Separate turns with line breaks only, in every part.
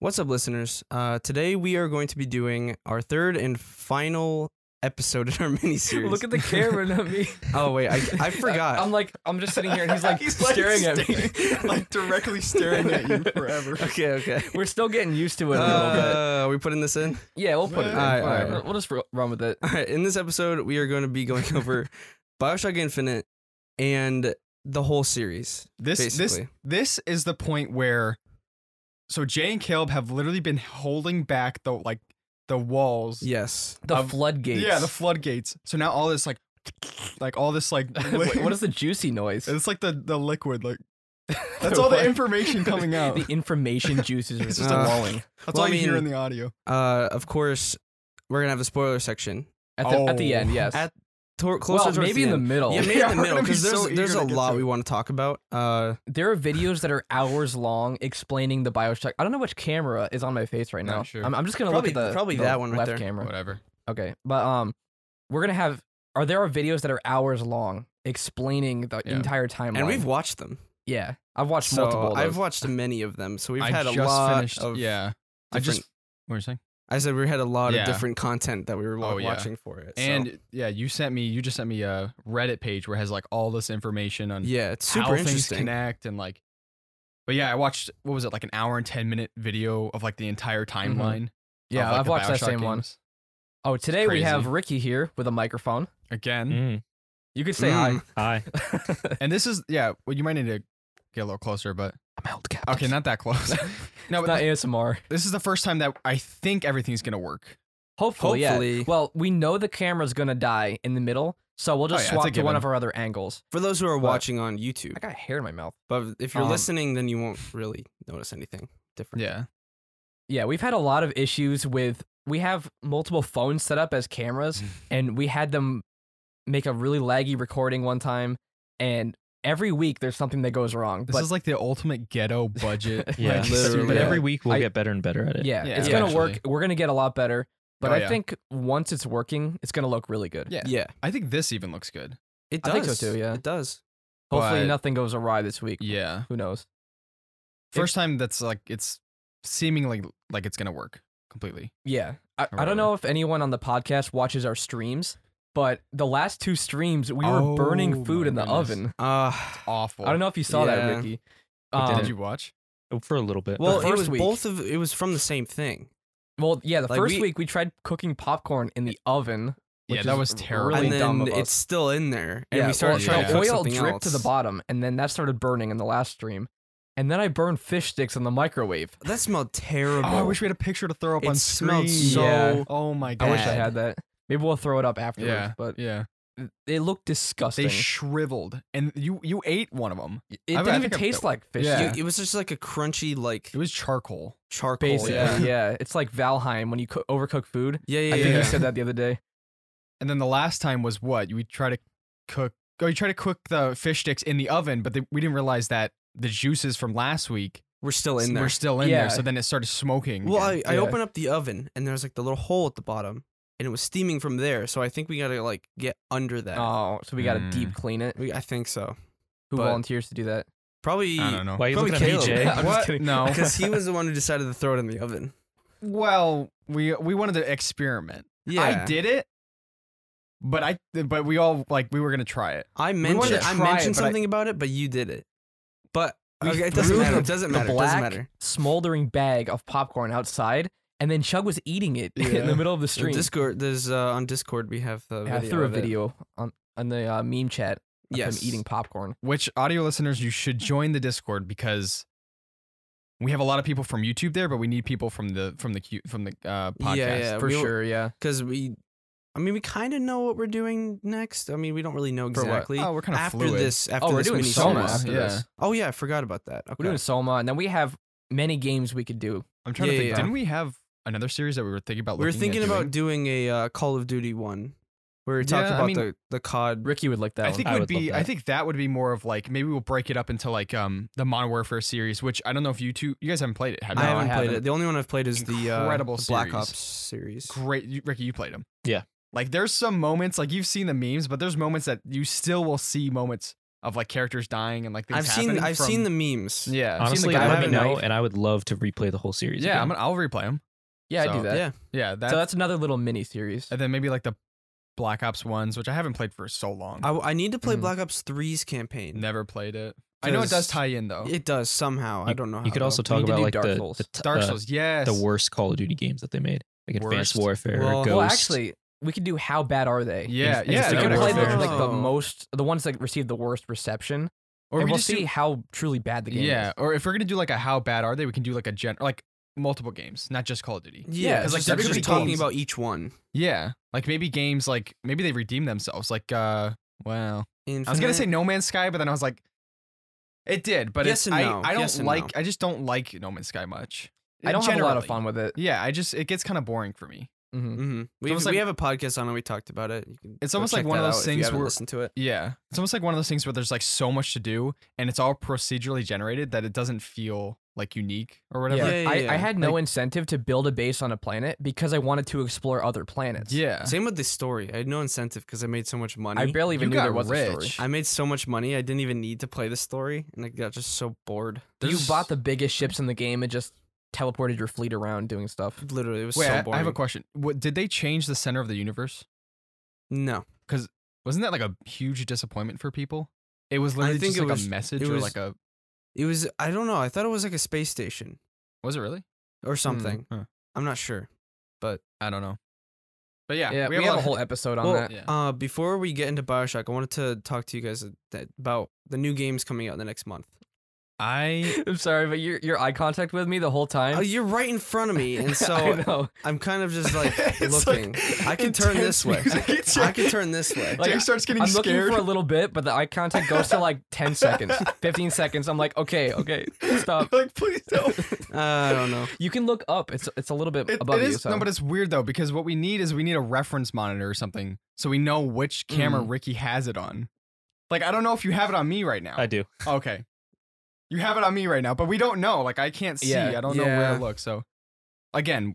What's up, listeners? Uh, today we are going to be doing our third and final episode in our mini series.
Look at the camera, not me.
oh wait, I, I forgot.
I'm like, I'm just sitting here, and he's like
He's, like,
staring at me.
like directly staring at you forever.
okay, okay.
We're still getting used to it a little bit.
Uh, are we putting this in?
Yeah, we'll put it. in.
Alright, alright.
We'll- We'll just ru- run with it.
All right, in this episode, we are going to be going over Bioshock Infinite and the whole series.
This
basically.
this this is the point where so Jay and Caleb have literally been holding back the like the walls.
yes.
The
Um,
floodgates.
Yeah, the floodgates. So now all this like like all this like
Wait, what is the juicy noise?
it's like the the liquid like that's all the
What?
information coming out.
the information juices are
It's
just
just
a-
flowing.
That's
Well, I
all you hear
mean-
in the audio.
Uh, of course, we're gonna have a spoiler section.
At the, at the
Oh.
end, yes.
At- Tor- closer
well,
towards the
maybe in the
end.
middle.
Yeah, maybe
Yeah,
in the
we're
middle
gonna be
because there's
so eager
there's
to
a
get
lot
to
we
it.
want to talk about. Uh,
There are videos that are hours long explaining the Bioshock. I don't know which camera is on my face right
Not
now.
sure.
I'm, I'm just gonna
Probably-
look at the
probably
the
that one right
left
there.
camera.
Whatever.
Okay, but um, we're gonna have. Are there are videos that are hours long explaining the
Yeah.
entire timeline?
and we've watched them.
yeah, I've watched
so
multiple. Of
I've
those.
watched many of them. So we've
I
had a
just
lot
finished
of
yeah. I just what were you saying?
I said we had a lot
Yeah.
of different content that we were wa-
Oh, yeah.
watching for it. so-
And yeah, you sent me you just sent me a Reddit page where it has like all this information on
yeah, it's
how
super
things
interesting.
connect and like but yeah, I watched what was it like an hour and 10 minute video of like the entire timeline.
Mm-hmm. yeah,
of, like,
I've
the
watched that
Bioshock
same one.
games.
Oh, today we have
crazy.
Ricky here with a microphone.
again.
Mm,
You could say
Mm.
hi.
hi.
And this is yeah, well you might need to get a little closer, but
I'm held captive.
okay, not that close. no,
It's
but
not ASMR.
this is the first time that I think everything's going to work.
Hopefully, yeah.
Hopefully.
Well, we know the camera's gonna die in the middle, so we'll
Oh,
just
yeah, that's a
swap to one
given.
of our other angles.
For those who are
But-
watching on YouTube,
I got hair in my mouth.
but if you're
Um,
listening, then you won't really notice anything different.
Yeah.
Yeah, we've had a lot of issues with. We have multiple phones set up as cameras, and we had them make a really laggy recording one time. And every week there's something that goes wrong.
This
but
is like the ultimate ghetto budget.
Yeah,
like,
literally.
But
yeah.
every week we'll
I-
get better and better at it.
yeah,
Yeah,
it's gonna work.
actually.
We're gonna get a lot better. But
Oh,
I
yeah.
think once it's working, it's gonna look really good.
Yeah.
Yeah,
I think this even looks good.
it
I
does.
think so too, yeah.
it does.
Hopefully
But-
nothing goes awry this week.
Yeah.
Who knows?
First time that's like it's seemingly like it's going to work completely.
Yeah. I, I
Or-
don't know if anyone on the podcast watches our streams, but the last two streams we were
Oh,
burning food
my
in the
goodness.
oven.
Uh,
Awful.
I don't know if you saw
Yeah.
that, Ricky.
Did
Um,
you watch?
Oh, For a little bit.
well,
The
it
first
was
week.
both of it was from the same thing.
well, yeah, the
like,
first
we-
week we tried cooking popcorn in the oven.
Yeah,
which
that
is
was terrible.
Really
and then
dumb of
it's
us.
still in there, and
yeah,
we started
well,
trying
yeah.
to
the
cook
oil
something
dripped
else.
to the bottom, and then that started burning in the last stream. And then I burned fish sticks in the microwave.
That smelled terrible.
Oh, I wish we had a picture to throw up
It
on
smelled
screen.
so
Yeah.
Oh my god.
I wish I had that. Maybe we'll throw it up afterwards,
Yeah.
but
yeah.
they look disgusting.
They shriveled, and you you ate one of them.
it
I- I
didn't even
think I've-
taste like fish.
Yeah.
sticks.
You- it was just like a crunchy, like
It was charcoal.
charcoal.
Basically,
yeah,
yeah. It's like Valheim when you co- overcook food.
yeah, yeah.
I think
yeah.
you said that the other day.
And then the last time was what you would try to cook. Oh, you try to cook the fish sticks in the oven, but they, we didn't realize that the juices from last week
We're still in there.
were still in
Yeah.
there. So then it started smoking.
well, I,
again.
I
Yeah.
opened up the oven, and there was like the little hole at the bottom, and it was steaming from there. So I think we gotta like get under that.
Oh, so we got to
Mm.
deep clean it.
we, I think so.
Who
but-
volunteers to do that?
Probably
I don't know.
Why are you
probably
looking at me,
Caleb.
Jay?
Yeah, I'm just
what?
kidding.
No.
because he was the one who decided to throw it in the oven.
well, we we wanted to experiment.
Yeah,
I did it, but I but we all like we were gonna try it.
I
wanted
mentioned
to
I
try it,
mentioned
but I-
something about it, but you did it. But
We
okay, it
threw
doesn't matter.
the-
It doesn't
the
matter. It doesn't
black
matter.
Smoldering bag of popcorn outside, and then Chug was eating it
Yeah.
in the middle of the
The
stream.
Discord, there's uh, on Discord we have the
Yeah, I
video
threw a
of it.
video on, on the uh, meme chat of
Yes,
him eating popcorn.
which audio listeners you should join the discord because we have a lot of people from youtube there but we need people from the from the cu- from the uh podcast
Yeah, yeah,
For
we were-
sure, yeah.
because we. I mean, we kind of know what we're doing next. I mean, we don't really know
For what?
exactly.
oh we're kind of
after
fluid
this, after
Oh, we're
this
doing
mini
Soma
series.
after
yeah.
this.
Oh yeah, I forgot about that. Okay.
We're doing Soma, and then we have many games we could do.
i'm trying
Yeah,
to think
yeah.
didn't we have another series that we were thinking about
we were
looking at
thinking about
doing?
doing a uh, Call of Duty one, where we talked
Yeah, I
about
mean-
the the COD.
Ricky would like that
i
one.
think
I
would,
would love
be i
that.
think that would be more of like maybe we'll break it up into like um the modern warfare series which i don't know if you two you guys haven't played it have
I
you
haven't
I
played it.
haven't.
The only one I've played is the, uh,
Incredible
the Black
series.
Ops series.
great you, ricky you played them
Yeah.
like there's some moments like you've seen the memes but there's moments that you still will see moments of like characters dying and like things
I've seen
happening
I've
from-
seen the memes.
yeah. I've seen
Honestly,
the guy
let
with
me
a
know,
knife.
and I would love to replay the whole series.
Yeah,
again.
I'm gonna, I'll replay them.
Yeah, I
So-
do that.
Yeah.
Yeah, that,
so that's another little mini series.
and then maybe like the Black Ops ones, which I haven't played for so long.
I, I need to play
Mm-hmm.
Mhm.
Black Ops 3's campaign.
Never played it. I know it does
'Cause
tie in though.
It does somehow. I
You-
don't know.
You
how,
could
though.
also
need
talk
to
about
do
like
Dark
the
Souls.
the, t-
Dark
uh,
Souls, yes.
the worst Call of Duty games that they made, like Advanced
Worst.
Warfare,
Well-
Ghost.
Well, actually, we could do how bad are they?
Yeah,
And-
yeah.
So
and
we
that
can
would
play
work.
the, like the
Oh.
most, the ones that received the worst reception,
or
and
we
we'll
just
see
do,
how truly bad the game
yeah.
is.
Or if we're gonna do like a how bad are they, we can do like a gen like multiple games, not just Call of Duty.
Yeah,
Yeah,
because
it's
like
like
they're
there could
just
be
talking
games.
about each one.
Yeah, like maybe games like maybe they redeem themselves. Like uh, well, I was gonna
Infinite.
say No Man's Sky, but then I was like, it did, but
Yes
it's,
and
I
no,
I don't
yes and
like
no.
I just don't like No Man's Sky much.
I don't have a lot of
Generally.
fun with it.
Yeah, I just it gets kind of boring for me.
Mhm.
Mhm. We,
Mm-hmm. almost
we
like-
have a podcast on it. We talked about it. You can
It's
go
almost like
check
one of
that
those
out if you
things
haven't
where-
listened to it.
Yeah, it's almost like one of those things where there's like so much to do, and it's all procedurally generated that it doesn't feel like unique or whatever.
Yeah, yeah,
I,
yeah.
I had no incentive to build a base on a planet because I wanted to explore other planets.
Yeah.
Same with the story. I had no incentive because I made so much money.
I barely even
You
knew
got
there was a story.
rich.
I made so much money. I didn't even need to play the story, and I got just so bored.
You
There's-
bought the biggest ships in the game and just teleported your fleet around doing stuff.
Literally, it was
Wait,
so
I-
boring.
I have a question. What, did they change the center of the universe?
No,
Wasn't that like a huge disappointment for people? It was literally
think
just
it
like
was-
a message
it
or
was-
like a
it was. I don't know. I thought it was like a space station
was it really?
or something.
Hmm, huh.
I'm not sure.
I don't know. But yeah,
Yeah, we, have, a whole episode on
well,
that.
Yeah.
uh, before we get into Bioshock, I wanted to talk to you guys that- about the new games coming out in the next month.
I
I'm sorry, but your your eye contact with me the whole time.
Oh, you're right in front of me, and
I
so
know.
I'm kind of just like
It's like
looking. I can turn this
intense
way.
music.
I can turn this way.
Like,
Jake starts getting
I'm looking
scared.
for a little bit, but the eye contact goes to like 10 seconds, 15 seconds. I'm like, okay, okay, stop.
like please don't.
Uh, I don't know.
You can look up. It's it's a little bit
It-
above
it
you.
is,
so.
No, but it's weird though because what we need is we need a reference monitor or something so we know which camera
Mm.
Ricky has it on. Like I don't know if you have it on me right now. Oh,
I do.
okay, you have it on me right now, but we don't know. Like I can't see.
Yeah,
I don't know where
yeah.
it looks. So again,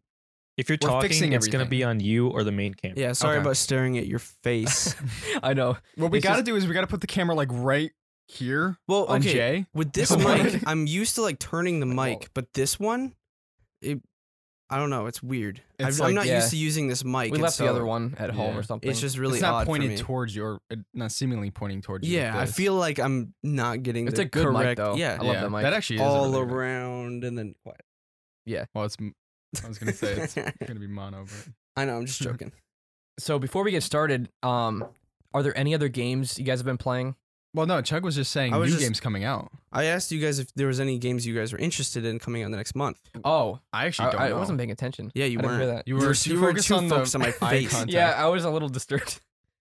If you're
We're
talking,
fixing
it's gonna
everything.
be on you or the main camera.
Yeah, sorry
Okay.
about staring at your face.
I know.
what we
It's
got to
just-
do is we got to put the camera like right here
well,
on
okay.
Jay.
With this mic, I'm used to like turning the
Like,
mic, but this one, it, I don't know. It's weird. I've,
It's
I'm
like-
not
yeah.
used to using this mic.
We
and
left the
so
other one at home
Yeah.
or something.
It's just really
it's not
odd for
pointed
me.
towards you, or uh, not seemingly pointing towards you. with
Yeah, I
this.
feel like I'm not getting.
It's
the
a good mic,
correct,
though.
Yeah,
I love
Yeah,
that mic.
That actually is a
all
really good-
around and then quiet.
Well, it's. m- I was gonna say it's gonna be mono, but
I know. I'm just joking.
so before we get started, um, are there any other games you guys have been playing?
well, no. Chug was just saying
I
new
was just-
games coming out.
I asked you guys if there was any games you guys were interested in coming out in the next month.
Oh,
I
I,
actually don't
I
know.
wasn't paying attention.
Yeah, you
I didn't
weren't.
hear that.
You
You
were,
were-
too
you were
focused
too
on the
focused on my
eye
face.
contact.
Yeah, I was a little disturbed.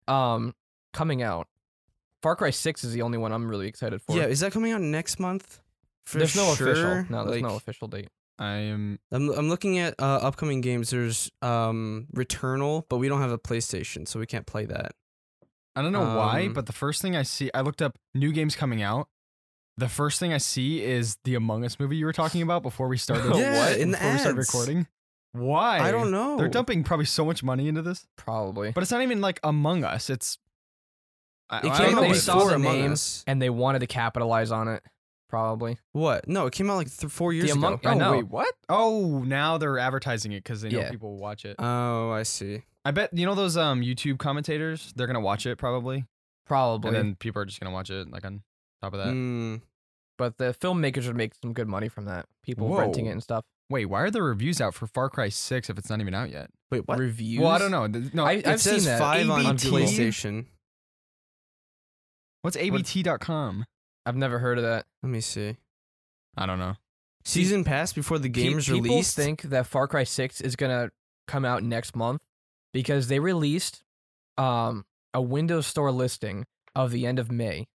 Um, coming out, Far Cry Six is the only one I'm really excited for.
Yeah, is that coming out next month? For
there's no
sure?
official. No, there's no
Like,
official date.
I am.
I'm I'm looking at uh, upcoming games. There's um Returnal, but we don't have a PlayStation, so we can't play that.
I don't know why,
Um,
but the first thing I see, I looked up new games coming out. The first thing I see is the Among Us movie you were talking about before we started.
Yeah,
what?
in the
before we started
ads.
recording. Why?
I don't know.
They're dumping probably so much money into this,
Probably.
but it's not even like Among Us. It's.
It
I, I
came out
don't know
They
what
before
it
saw
is.
the
Among
name.
Us.
and they wanted to capitalize on it. Probably.
What? No, it came out like th- four years
The Among-
ago.
I
Oh
know.
wait, what? Oh, now they're advertising it because they know
Yeah.
people will watch it.
Oh, I see.
I bet you know those um YouTube commentators. They're gonna watch it probably,
Probably.
and then people are just gonna watch it like on top of that.
Mm,
but the filmmakers would make some good money from that. People
Whoa.
renting it and stuff.
Wait, why are the reviews out for Far Cry Six if it's not even out yet?
wait, what?
Reviews.
Well, I don't know. Th- No,
I-
It
I've
says
seen that.
five on, on
ABT?
PlayStation.
what's ABT.com?
I've never heard of that.
Let me see.
I don't know.
Season pass before the game
Pe-
is
people
released.
think that Far Cry 6 is going to come out next month because they released um, a Windows Store listing of the end of May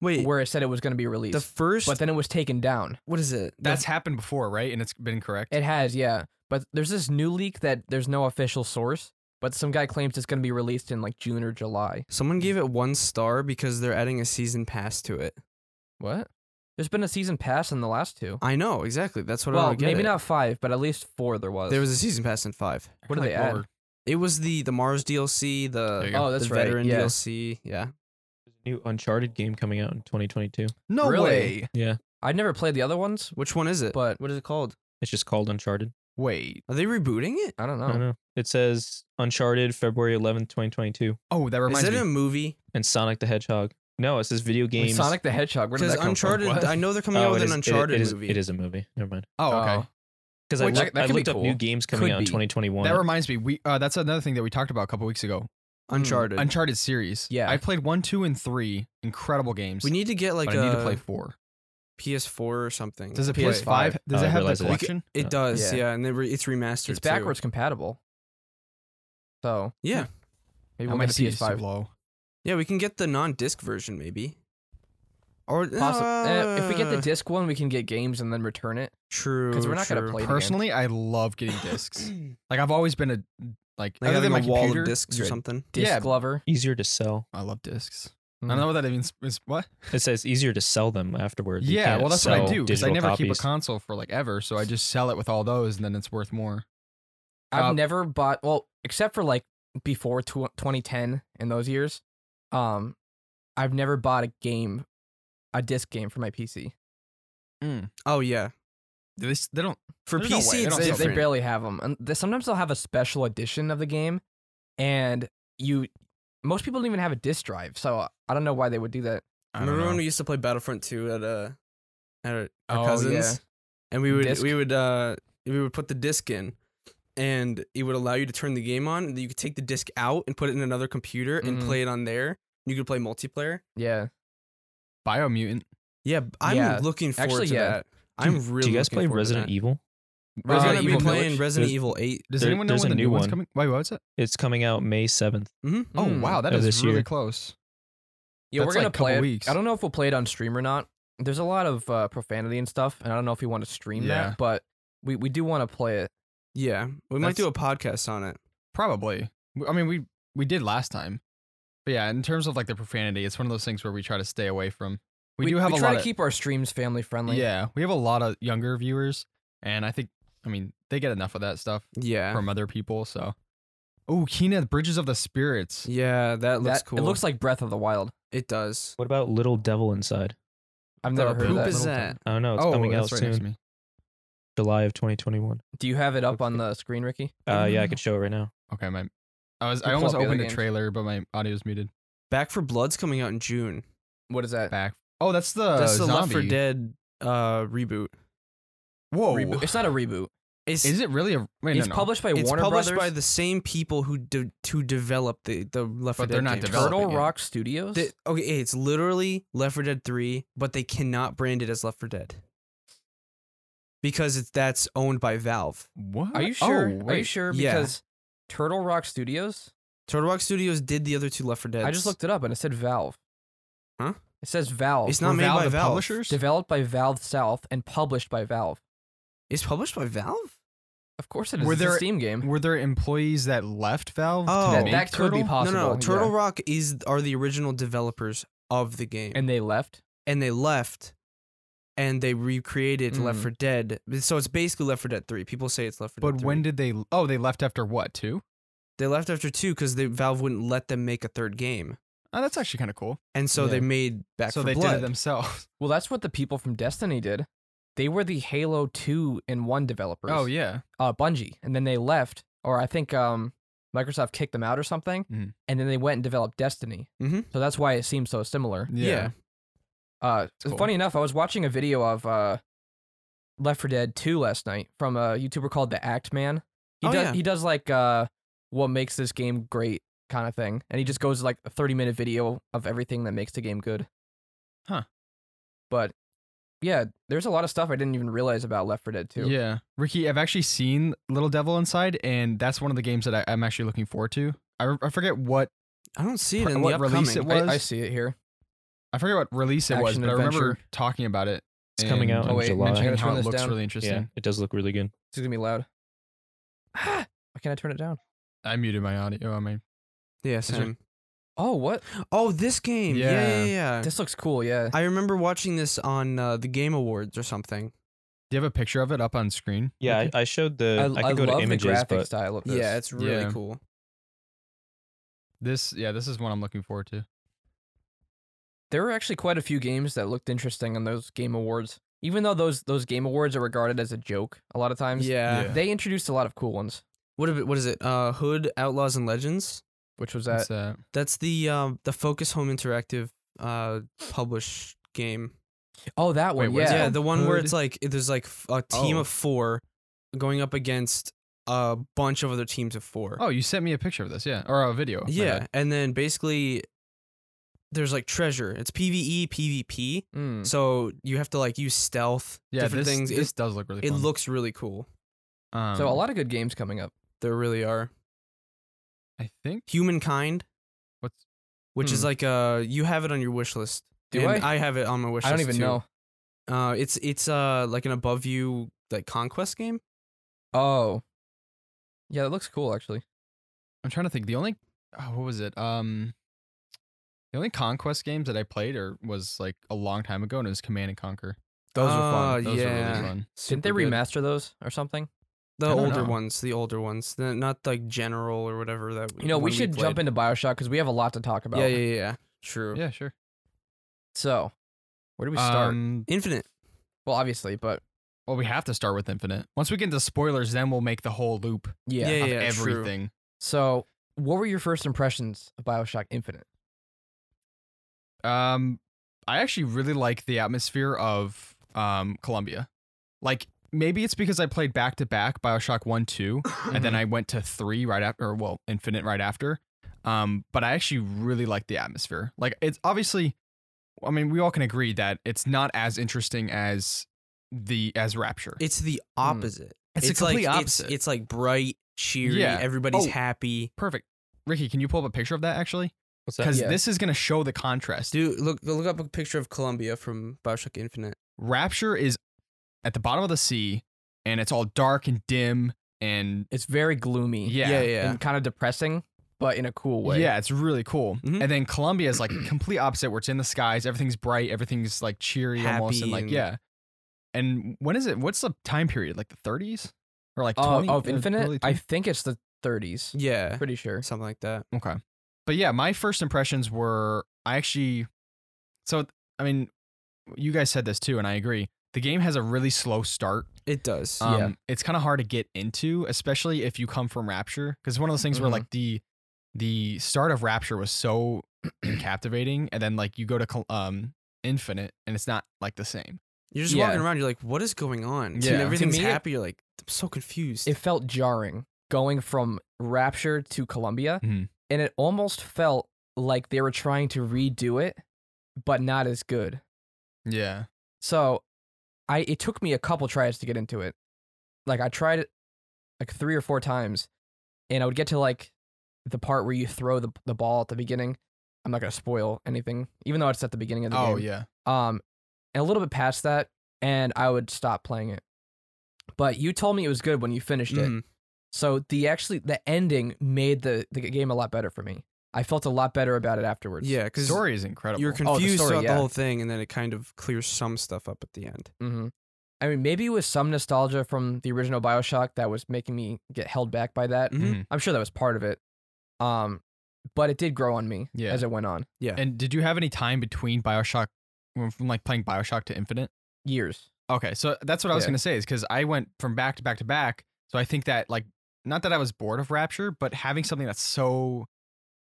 wait,
where it said it was going to be released.
the first.
but then it was taken down.
what is it? The-
That's happened before, right? And it's been correct.
It has, yeah. But there's this new leak that there's no official source, but some guy claims it's going to be released in like June or July.
someone gave it one star because they're adding a season pass to it.
What? There's been a season pass in the last two.
I know exactly. That's what I
well,
don't get.
maybe
it.
not five, but at least four there was.
There was a season pass in five.
what did
Like,
they add?
lower.
It was the the Mars DLC,
There you
the
go.
Oh, that's
the
right.
veteran
yeah.
DLC. Yeah,
New Uncharted game coming out in 2022.
No
Really?
way.
Yeah,
I never played the other ones,
Which one is it?
but
what is it called?
it's just called Uncharted.
Wait.
Are they rebooting it?
I don't know.
I don't know. It says Uncharted February 11th, 2022,
Oh, that
Is
reminds
it
me.
a movie?
and Sonic the Hedgehog. No, it says video
Wait,
games.
Sonic the Hedgehog. Where did
Because
that come
Uncharted,
From? What?
I know they're coming out
Oh,
with an
it is- it-
Uncharted
it is,
movie.
It is a movie. Never mind.
oh, okay.
Because I,
Which-
looked,
that
I
could be
looked up
cool.
new games coming
Could
out
be.
in 2021.
That reminds me. We uh, that's another thing that we talked about a couple weeks ago.
Uncharted.
Uncharted series.
Yeah.
I played one, two, and three. Incredible games.
we need to get like uh,
but
a
I need to play four.
PS4 or something.
Does it
PS5.
PS5? Does
Oh,
it
I
have the
realized it.
collection?
it
No.
does,
Yeah.
yeah, and they re- it's remastered.
it's
too.
backwards compatible. So
Yeah,
maybe
Now
we'll
my
get a
C is too
PS5.
low.
yeah, we can get the non-disc version maybe. Or
Possi- uh, if we get the
uh,
disc one, we can get games and then return it.
true,
'cause we're not gonna
true.
play it again.
Personally, I love getting discs. like I've always been a like,
Like
other
having
than my
a wall
computer,
of discs or
good.
something.
Disc
Yeah.
Glover.
Easier to sell.
I love discs. I
Mm.
don't know what that even is. What?
It says easier to sell them afterwards. You
Yeah,
can't
well that's what I
sell
do because I
digital
never keep a
copies.
console for like ever, so I just sell it with all those, and then it's worth more.
I've
Uh,
never bought well, except for like before tw- 2010 in those years. Um, I've never bought a game, a disc game for my PC.
Oh yeah,
They, s- they don't.
for
There's no way.
PC
They
it's
don't
They,
sell
they
different.
barely have them, and they, sometimes they'll have a special edition of the game, and you. Most people don't even have a disc drive, so uh, I don't know why they would do that.
I don't
Remember when
know.
we used to play Battlefront 2 at uh at our, our
Oh,
cousins?
yeah.
And we would
Disc.
we would uh we would put the disc in and it would allow you to turn the game on and you could take the disc out and put it in another computer and
Mhm.
play it on there. You could play multiplayer.
Yeah,
Biomutant?
Yeah, b- I'm
Yeah.
looking forward
Actually,
to
yeah.
that.
Do-
I'm really
Do you guys play Resident
Evil?
Evil?
We're
Uh,
gonna
Evil
be playing
Village?
Resident
There's-
Evil 8.
Does
There-
anyone know
there's
when
a
the
new
new one's
one.
coming? Wait, what was it?
It's coming out May 7th.
Oh
Mm.
wow, that
Oh,
is
this
really
year.
close.
Yeah, we're
That's,
gonna
like, couple
play it.
weeks.
I don't know if we'll play it on stream or not. There's a lot of uh, profanity and stuff, and I don't know if we want to stream
Yeah.
that, but we, we do want to play it.
Yeah, we might
That's-
do a podcast on it.
Probably. W- I mean, we we did last time, but yeah, in terms of like the profanity, it's one of those things where we try to stay away from. We, do have
we
a
try
lot
to
of
keep our streams family friendly.
yeah, we have a lot of younger viewers, and I think I mean they get enough of that stuff
Yeah.
from other people. So, oh, Kina, Bridges of the Spirits.
yeah, that looks
That-
cool.
It looks like Breath of the Wild.
it does.
What about Little Devil Inside?
I've
The
never heard of
poop
that.
is
Little
that?
I don't know. It's
oh,
coming out
that's right
soon,
next to me.
July of 2021.
Do you have it up on the screen, Ricky?
Uh, yeah, I
no.
could show it right now.
Okay, my I was
Can
I
pull
almost
up the other
opened a
games.
trailer, but my audio's muted.
Back for Blood's coming out in June.
Mm-hmm. What is that?
Back. Oh, that's the
That's the Left
zombie.
for Dead uh reboot.
Whoa,
Reboot. It's not a reboot.
It's,
is it really a? Wait, Oh. no,
it's
no.
published by
it's
Warner
published
Brothers.
by the same people who de- to develop the the Left 4
But
Dead
they're not
games.
developing
Turtle
it.
Rock Studios.
They- okay, it's literally Left 4 Dead 3, but they cannot brand it as Left 4 Dead because it's that's owned by Valve.
What?
Are you sure?
Oh,
Are you
wait.
sure?
Yeah.
Because Turtle Rock Studios.
Turtle Rock Studios did the other two Left 4 Dead.
I just looked it up and it said Valve.
Huh?
It says Valve.
It's not
Were
made
Valve
by
the
Valve.
publishers?
developed by Valve South and published by Valve.
It's published by Valve.
Of course it is.
Were
it's a
there-
Steam game.
Were there employees that left Valve?
Oh.
to
that,
make
that could be
Turtle?
possible.
no, no,
yeah.
Turtle Rock is are the original developers of the game, and,
And they left.
they left, and they recreated Left
Mm.
4 Dead. So it's basically Left 4 Dead 3. People say it's Left 4 Dead.
Mm-hmm. But
3.
when did they? Oh, they left after what? Two?
They left after two because they Valve wouldn't let them make a third game,
Oh, that's actually kind of cool.
and so
Yeah.
they made Back
so
for
they
Blood.
did it themselves.
Well, that's what the people from Destiny did. They were the Halo 2 and 1 developers.
Oh yeah.
Uh, Bungie. And then they left, or I think um, Microsoft kicked them out or something.
Mm-hmm.
Mhm.
And then they went and developed Destiny.
Mhm.
So that's why it seems so similar.
yeah.
Uh,
cool.
Funny enough, I was watching a video of uh, Left 4 Dead 2 last night from a YouTuber called The Act Man. He
Oh,
does
yeah.
he does like uh, what makes this game great kind of thing, and he just goes like a thirty minute video of everything that makes the game good.
Huh.
But yeah, there's a lot of stuff I didn't even realize about Left 4 Dead 2.
Yeah. Ricky, I've actually seen Little Devil Inside, and that's one of the games that I, I'm actually looking forward to. I, I forget what
I don't see it
Pr-
in the
what
upcoming.
release it
I, I
was?
see it here.
I forget what release it was,
Action
but I remember
adventure.
talking about it.
It's coming
and
out
Oh,
in
wait, mention- I
July.
mentioning
gotta
how
turn
it
this
looks
down.
really
Yeah,
interesting.
it does look really good.
It's gonna be loud. Why can't I turn it down?
I muted my audio. I mean,
yeah,
there-
same.
Oh, what?
Oh, this game. Yeah, yeah,
Yeah.
yeah. yeah.
This looks cool. Yeah.
I remember watching this on uh, the Game Awards or something.
do you have a picture of it up on screen?
Yeah,
Ricky?
I, I showed
I,
the. I,
I
could go
love
to
the
images,
graphic
but
style of this.
Yeah, it's really
Yeah.
cool.
this yeah, this is one I'm looking forward to.
There were actually quite a few games that looked interesting on those game awards. Even though those those game awards are regarded as a joke a lot of times,
yeah.
Yeah.
they introduced a lot of cool ones,
What ab- what is it? Uh, Hood Outlaws and Legends.
which was
That's
at
uh,
That's the um the Focus Home Interactive uh publish game.
oh that
Wait,
one
what is
Yeah,
yeah.
that?
the one where
Hood.
it's like there's like f- a team
Oh.
of four going up against a bunch of other teams of four.
oh, you sent me a picture of this, yeah, or a video. my
yeah,
bad.
and then basically there's like treasure. It's E, PVE, PvP.
Mm.
So you have to like use stealth,
yeah.
different
this,
things.
This
It,
does look really.
it
fun.
looks really cool.
Um,
so a lot of good games coming up.
There really are.
I think
Humankind,
what's
which is
Hmm.
like uh you have it on your wish list.
Do
And
I?
I have it on my wish
I
list.
don't even
too.
know.
Uh, it's it's uh like an above you like conquest game.
Oh, yeah, that looks cool actually.
I'm trying to think. The only oh, what was it? Um, the only conquest games that I played or was like a long time ago, and it was Command and Conquer.
Those are fun.
Those are
Ah, yeah.
really fun.
Didn't they
Super good.
remaster those or something?
the
I don't
older
know.
ones? The older ones, the, not like general or whatever that.
You know,
one
we should
played.
jump into Bioshock because we have a lot to talk about.
Yeah, yeah, yeah, yeah. True.
Yeah, sure.
So, where do we start?
Um,
Infinite.
well, obviously, but
well, we have to start with Infinite. Once we get into spoilers, then we'll make the whole loop
yeah.
Yeah,
of
yeah, true.
everything.
So, what were your first impressions of Bioshock Infinite?
Um, I actually really like the atmosphere of um Columbia. Like maybe it's because I played back to back Bioshock One, 2 and
Mm-hmm.
then I went to three right after, or well, Infinite right after. Um, but I actually really like the atmosphere. Like it's obviously, I mean, we all can agree that it's not as interesting as the as Rapture.
It's the
Hmm.
opposite.
It's the
like,
complete
it's-
opposite.
It's, like bright, cheery.
Yeah.
Everybody's
Oh.
happy.
perfect. Ricky, can you pull up a picture of that actually?
What's that?
Because
Yeah.
this is gonna show the contrast.
Dude, look look up a picture of Columbia from Bioshock Infinite.
Rapture is at the bottom of the sea, and it's all dark and dim and
It's very gloomy.
Yeah.
yeah, yeah.
And kind of depressing, but in a cool way.
Yeah, it's really cool.
Mm-hmm.
Mhm.
And then Columbia is like complete opposite, where it's in the skies, everything's bright, everything's like cheery almost,
Happy
and like
and-
yeah. And when is it? What's the time period? Like the 30s or like
Oh, of
20 uh, early
Infinite, I
20s?
think it's the 30s.
yeah,
Pretty sure.
something like that.
okay, but yeah, my first impressions were I actually. So I mean, you guys said this too, and I agree. The game has a really slow start.
It does.
Um,
Yeah.
it's kind of hard to get into, especially if you come from Rapture, because one of those things where
Mhm.
like the the start of Rapture was so captivating, and then like you go to Col- um Infinite, and it's not like the same.
you're just
yeah.
walking around. You're like, what is going on?
Yeah.
Yeah.
To
everything's
me, it-
happy. You're like, I'm so confused.
It felt jarring going from Rapture to Columbia,
Mhm.
and it almost felt like they were trying to redo it, but not as good.
Yeah,
So, I it took me a couple tries to get into it. Like I tried it like three or four times, and I would get to like the part where you throw the the ball at the beginning. I'm not gonna spoil anything, even though it's at the beginning of the
oh
game.
yeah,
Um, and a little bit past that, and I would stop playing it. But you told me it was good when you finished it.
Mhm.
So the actually the ending made the the game a lot better for me. I felt a lot better about it afterwards.
Yeah, because
story is incredible.
you're
Oh, the
confused
story,
throughout
yeah.
the whole thing, and then it kind of clears some stuff up at the end.
hmm I mean, maybe it was some nostalgia from the original Bioshock that was making me get held back by that.
Mhm.
Mhm.
I'm sure that was part of it. Um, but it did grow on me
Yeah.
as it went on.
And did you have any time between Bioshock when- from like playing Bioshock to Infinite?
Years.
Okay, so that's what I was
Yeah.
gonna say is because I went from back to back to back, so I think that like not that I was bored of Rapture, but having something that's so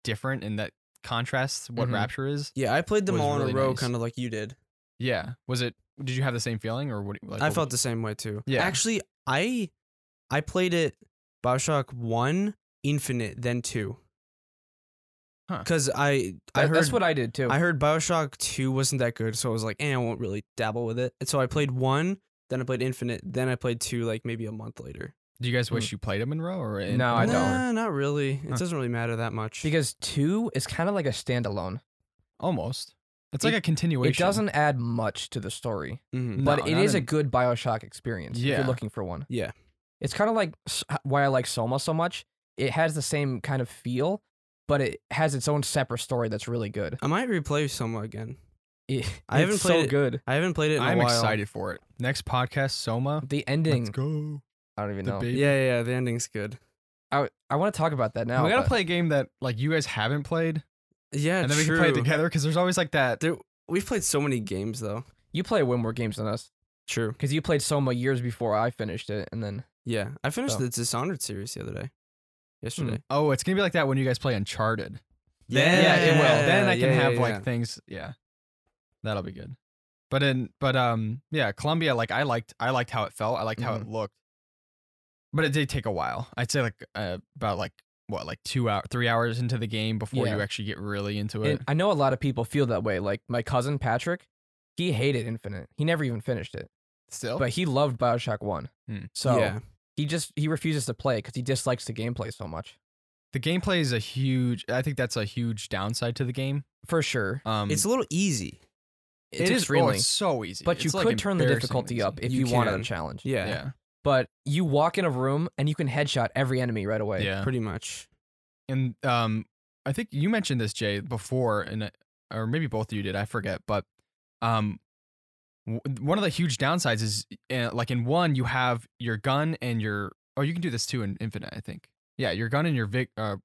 different and that contrasts what
Mhm.
Rapture is
Yeah, I played them
Was
all in
really
a row,
nice.
kind of like you did.
Yeah. Was it? Did you have the same feeling, or what? Like,
I
what-
felt the same way too.
Yeah.
actually, I I played it Bioshock One, Infinite, then Two.
Huh.
Because I I
That-
heard
that's what I did too.
I heard Bioshock Two wasn't that good, so I was like, eh, I won't really dabble with it. And so I played one, then I played Infinite, then I played two, like maybe a month later.
Do you guys wish you played them in row or in?
Mm. No, I
nah,
don't.
not really. It
Huh.
doesn't really matter that much.
because two is kind of like a standalone.
Almost. It's
It-
like a
It
continuation.
doesn't add much to the story.
Mhm.
but
No,
it
not
is a
in-
good Bioshock experience if
Yeah.
you're looking for one.
yeah,
It's kind of like s- why I like Soma so much. It has the same kind of feel, but it has its own separate story that's really good.
I might replay Soma again.
It-
I haven't
it's
played
so
it-
good.
I haven't played it in a
I'm
while.
excited for it. Next podcast, Soma.
The ending,
Let's go.
I don't even
The
know.
big-
Yeah, yeah, the ending's good.
I, I want to talk about that now.
we gotta
but
play a game that like you guys haven't played,
Yeah,
and then
true.
we can play it together because there's always like that.
There, We've played so many games though.
You play way more games than us
True.
because you played Soma years before I finished it, and then
Yeah, I finished
So.
the Dishonored series the other day. Yesterday.
Oh, it's gonna be like that when you guys play Uncharted.
Yeah,
yeah, it
Eh,
will. Hmm. Then I can
yeah,
have
yeah,
like
yeah.
things. Yeah, that'll be good. But in but um yeah, Columbia. Like I liked I liked how it felt. I liked how
Mm-hmm.
it looked. But it did take a while. I'd say like uh, about like what like two hour three hours into the game before
Yeah.
you actually get really into it.
and I know a lot of people feel that way. Like my cousin Patrick, he hated Infinite. He never even finished it,
Still,
but he loved Bioshock One.
Oh. Hmm.
So
yeah,
he just he refuses to play because he dislikes the gameplay so much.
the gameplay is a huge. I think that's a huge downside to the game.
For sure,
Um,
it's a little easy.
it's
it is- oh,
extremely.
it's so easy.
but you
It's, like,
could turn the
embarrassingly
difficulty up
easy.
if
You
you, wanted a
can.
challenge.
Yeah,
Yeah,
But you walk in a room and you can headshot every enemy right away.
yeah.
pretty much.
and um i think you mentioned this jay before and or maybe both of you did i forget but um w- one of the huge downsides is uh, like in one you have your gun and your oh you can do this too in infinite i think yeah your gun and your vig uh,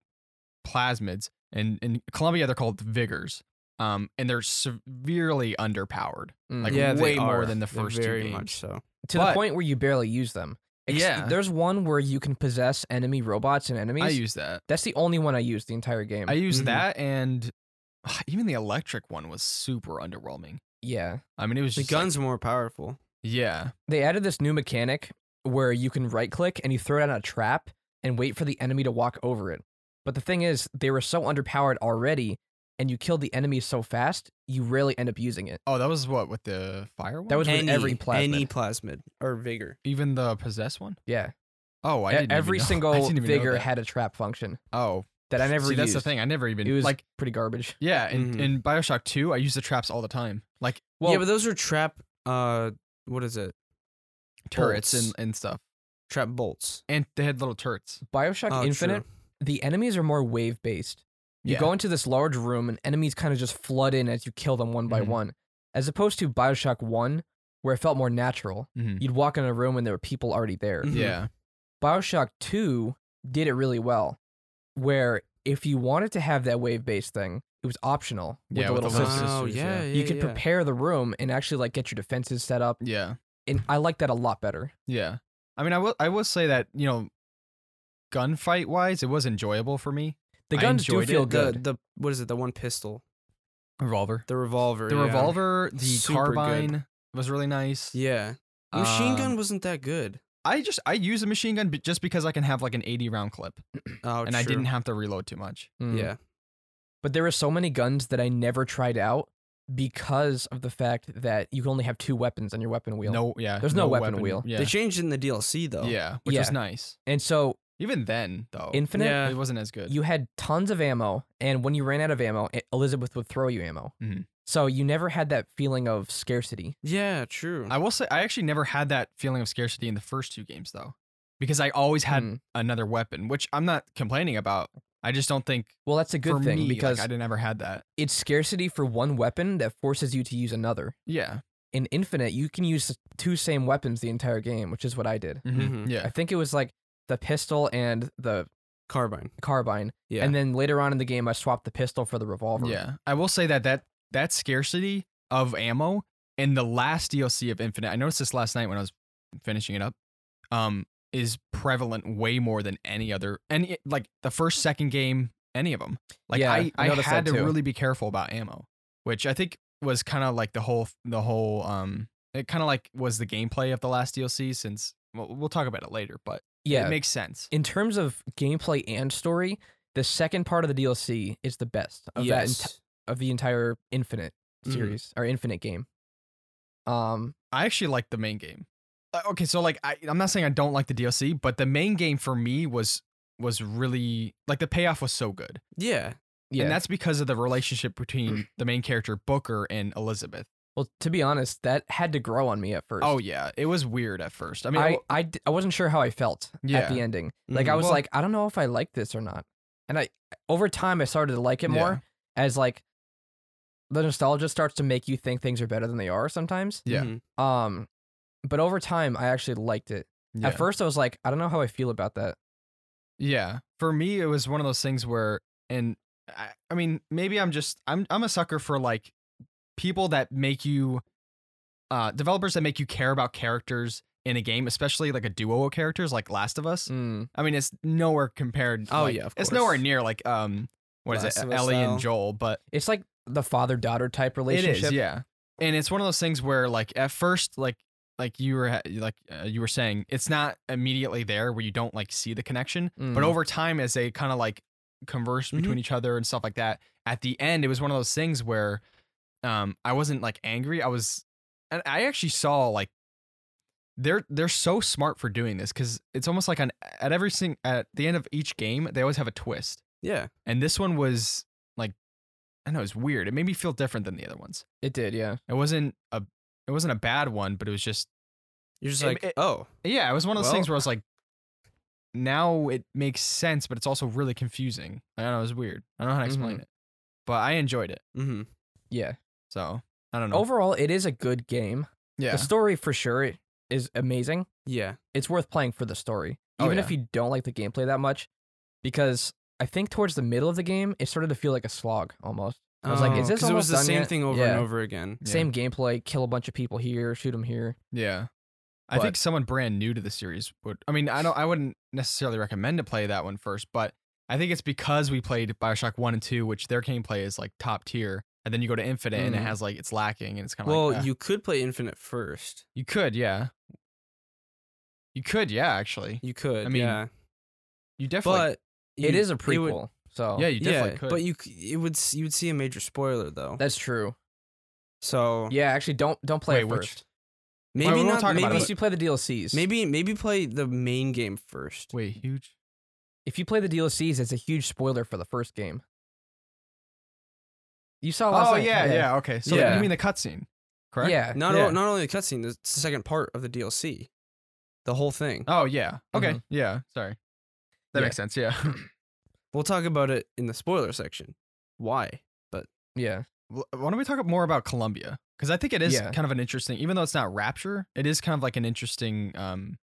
plasmids and in colombia they're called vigors um and they're severely underpowered
Mm.
Like,
yeah, they
way more
are.
than the
They're
first two
very
games.
much so.
to the
but-
point where you barely use them.
Yeah.
There's one where you can possess enemy robots and enemies.
i use that
That's the only one I used the entire game.
i use
Mhm.
that and even the electric one was super underwhelming
yeah.
i mean it was
The
just like-
guns are more powerful.
yeah
They added this new mechanic where you can right click and you throw down a trap and wait for the enemy to walk over it. But the thing is, they were so underpowered already and you killed the enemy so fast, you rarely end up using it.
Oh, that was what with the fire one.
That was with
any,
every plasmid.
any plasmid or vigor.
even the possess one.
Yeah.
Oh, I
E-
didn't even
Every
know- I
single
didn't even know
vigor
that.
had a trap function
Oh,
that I never
see. That's
used.
the thing. I never even
It was
like.
like pretty garbage.
Yeah, in,
Mhm.
in Bioshock Two, I use the traps all the time, like
Well,
yeah, but those are trap. Uh, what is it?
turrets and,
Bolts.
and stuff.
Trap bolts.
And they had little turrets.
Bioshock
Oh,
Infinite,
true.
the enemies are more wave based. You
yeah.
go into this large room and enemies kind of just flood in as you kill them one by
Mhm.
one, as opposed to Bioshock 1, where it felt more natural.
Mhm.
You'd walk in a room and there were people already there.
Mhm.
Yeah.
Bioshock 2 did it really well, where if you wanted to have that wave based thing, it was optional with
Yeah,
the
with
little
the little
system.
Oh
sisters,
yeah,
yeah.
yeah.
you could
yeah.
prepare the room and actually like get your defenses set up.
Yeah.
And I like that a lot better.
Yeah. I mean, I will. I will say that you know, gunfight wise, it was enjoyable for me.
The
I
guns do
enjoyed
feel
it.
The
good.
the what is it? The one pistol.
Revolver.
The revolver.
The
yeah.
revolver. The
Super good.
carbine was really nice.
Yeah. Machine gun
Um,
wasn't that good.
I just I use a machine gun be- just because I can have like an eighty round clip,
Oh,
and I didn't have to reload too much.
Mm.
Yeah.
But there were so many guns that I never tried out because of the fact that you can only have two weapons on your weapon wheel.
No, yeah.
There's no weapon wheel.
Yeah.
They changed it in the DLC though.
Yeah, which was
Yeah.
nice.
And so
Even then, though,
Infinite,
Yeah.
it wasn't as Oh, good.
you had tons of ammo, and when you ran out of ammo, E- Elizabeth would throw you ammo.
Mhm.
So you never had that feeling of scarcity.
Yeah. True.
I will say, I actually never had that feeling of scarcity in the first two games, though, because I always had
Mm.
another weapon, which I'm not complaining about. I just don't think
Well, that's a good
for
thing
me, like,
because
I didn't ever had that.
it's scarcity for one weapon that forces you to use another.
Yeah,
In Infinite, you can use the two same weapons the entire game, which is what I did.
Mhm.
Mm-hmm. yeah,
I think it was like the pistol and the
Carbine.
carbine.
Yeah.
And then later on in the game, I swapped the pistol for the revolver.
yeah. I will say that that that scarcity of ammo in the last DLC of Infinite, I noticed this last night when I was finishing it up, um, is prevalent way more than any other any like the first second game any of them. Like
Yeah,
I,
I
I
noticed
had
that
to
too.
really be careful about ammo, which I think was kind of like the whole the whole um it kind of like was the gameplay of the last DLC since well, we'll talk about it later, but
Yeah.
it makes sense.
in terms of gameplay and story, the second part of the DLC is the best of that enti-
yes.
of the entire Infinite
Mm-hmm.
Mhm.
series or Infinite game. Um,
I actually like the main game. Uh, Okay, so like I, I'm not saying I don't like the DLC, but the main game for me was was really like the payoff was so good,
Yeah.
yeah.
and that's because of the relationship between the main character Booker and Elizabeth.
well, to be honest, that had to grow on me at first.
Oh yeah, it was weird at first. I
I
mean, oh,
I, I, d- I wasn't sure how I felt at
Yeah. Mm-hmm.
the ending. Like I
Mhm.
was
Well-
like, I don't know if I like this or not. And I over time I started to like it more as like the nostalgia starts to make you think things are better than they are sometimes.
yeah.
Mhm.
Um, but over time I actually liked it.
yeah.
At first I was like, I don't know how I feel about that.
Yeah. For me, it was one of those things where, and I, I mean, maybe I'm just, I'm, I'm a sucker for like people that make you uh developers that make you care about characters in a game, especially like a duo of characters like Last of Us.
Mm.
I mean, it's nowhere compared.
Oh,
like-
yeah, of
it's nowhere
course.
near like um what is
Last of
it
Us
Ellie
style.
and Joel, but
It's like the father daughter type
it
relationship.
is yeah. And it's one of those things where like at first like like you were like uh, you were saying it's not immediately there where you don't like see the connection, but
Mm.
over time as they kind of like converse between each other and stuff like that, at the end it was one of those things where um I wasn't like angry, I was and I actually saw like they're they're so smart for doing this cuz it's almost like an at every sing, at the end of each game they always have a twist.
Yeah.
And this one was like, I know it's weird. It made me feel different than the other ones.
It did, yeah.
It wasn't a, it wasn't a bad one, but it was just
You're just
It-
like,
it-
oh,
yeah. It was one of those things
Well-
where I was like, now it makes sense, but it's also really confusing. I don't know. It was weird. I don't know how to explain it, but I enjoyed it.
mm-hmm.
Yeah.
So I don't know.
Overall, it is a good game.
Mm. yeah,
The story for sure is amazing.
yeah,
It's worth playing for the story,
Oh,
even
yeah.
if you don't like the gameplay that much, because I think towards the middle of the game, it started to feel like a slog almost. I was like, is this
Um, 'cause it was
almost
the
done
same
yet?
thing over and
Yeah.
over again.
Yeah.
Same gameplay, kill a bunch of people here, shoot them here.
yeah. I
But-
think someone brand new to the series would. I mean, I don't. I wouldn't necessarily recommend to play that one first, but I think it's because we played Bioshock One and Two, which their gameplay is like top tier, and then you go to Infinite and it
Mhm.
has like it's lacking, and it's kind of
Well,
like, eh.
you could play Infinite first.
You could, yeah. You could, yeah. Actually,
You could.
I mean,
yeah.
you definitely,
But you-
it is a
it would-
prequel, so
yeah, you definitely could.
but you c- it would s- you would see a major spoiler though.
that's true.
so
Yeah, actually, don't don't play
Wait,
it
which-
first.
maybe
Well, we won't
not.
talk about
Maybe,
it,
Unless you play the DLCs.
maybe maybe play the main game first.
wait, huge.
if you play the DLCs, it's a huge spoiler for the first game. You saw last
oh
night,
yeah, yeah. Okay, so
Yeah.
you mean the cutscene, correct?
yeah.
Not
Yeah.
o- not only the cutscene, it's the second part of the DLC, the whole thing.
Oh yeah. Okay.
Mhm.
Yeah. Sorry. That
Yeah.
makes sense. Yeah.
We'll talk about it in the spoiler section. Why?
yeah.
Why don't we talk more about Colombia? Because I think it is
Yeah.
kind of an interesting, even though it's not Rapture, it is kind of like an interesting. Um,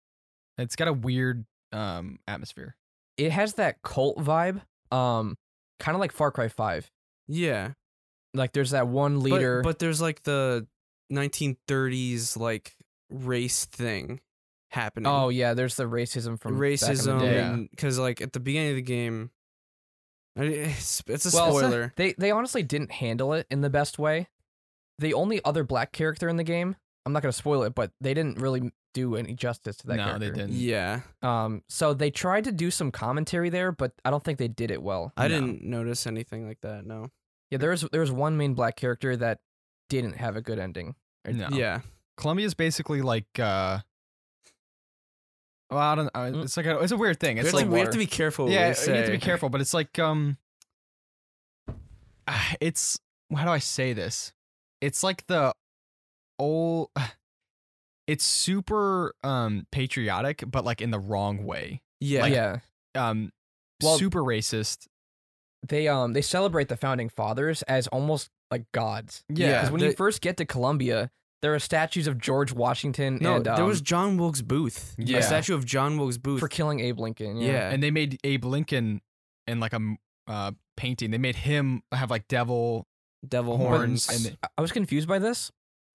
it's got a weird um atmosphere.
It has that cult vibe, um, kind of like Far Cry Five.
Yeah,
Like there's that one
but-
leader.
But, there's like the 1930s like race thing happening.
oh yeah, there's the racism from back in the
racism
day.
Yeah.
because like at the beginning of the game, I- it's, it's a
Well,
spoiler.
They they honestly didn't handle it in the best way. The only other black character in the game, I'm not gonna spoil it, but they didn't really do any justice to that
no,
character.
they didn't.
yeah,
Um, so they tried to do some commentary there, but I don't think they did it well.
I
No.
didn't notice anything like that. No.
Yeah, there was there was one main black character that didn't have a good ending. Or-
No.
Yeah.
Colombia is basically like. uh well, I don't. Uh,
Mm.
it's like a, it's a weird thing.
We
It's
have,
like
to, we have
water.
to be careful. what
yeah,
we
you have to be
say.
careful, but it's like um, ah, it's how do I say this? It's like the old. It's super um patriotic, but like in the wrong way.
Yeah.
Like-
yeah.
Um,
Well-
super racist.
They um they celebrate the founding fathers as almost like gods.
Yeah.
Because when
they-
you first get to Colombia, there are statues of George Washington
no,
and um,
there was John Wilkes Booth.
Yeah.
A statue of John Wilkes Booth.
for killing Abe Lincoln.
yeah.
Yeah.
and they made Abe Lincoln in like a m- uh painting. They made him have like devil
Devil
horns.
horns.
And they-
I- I was confused by this.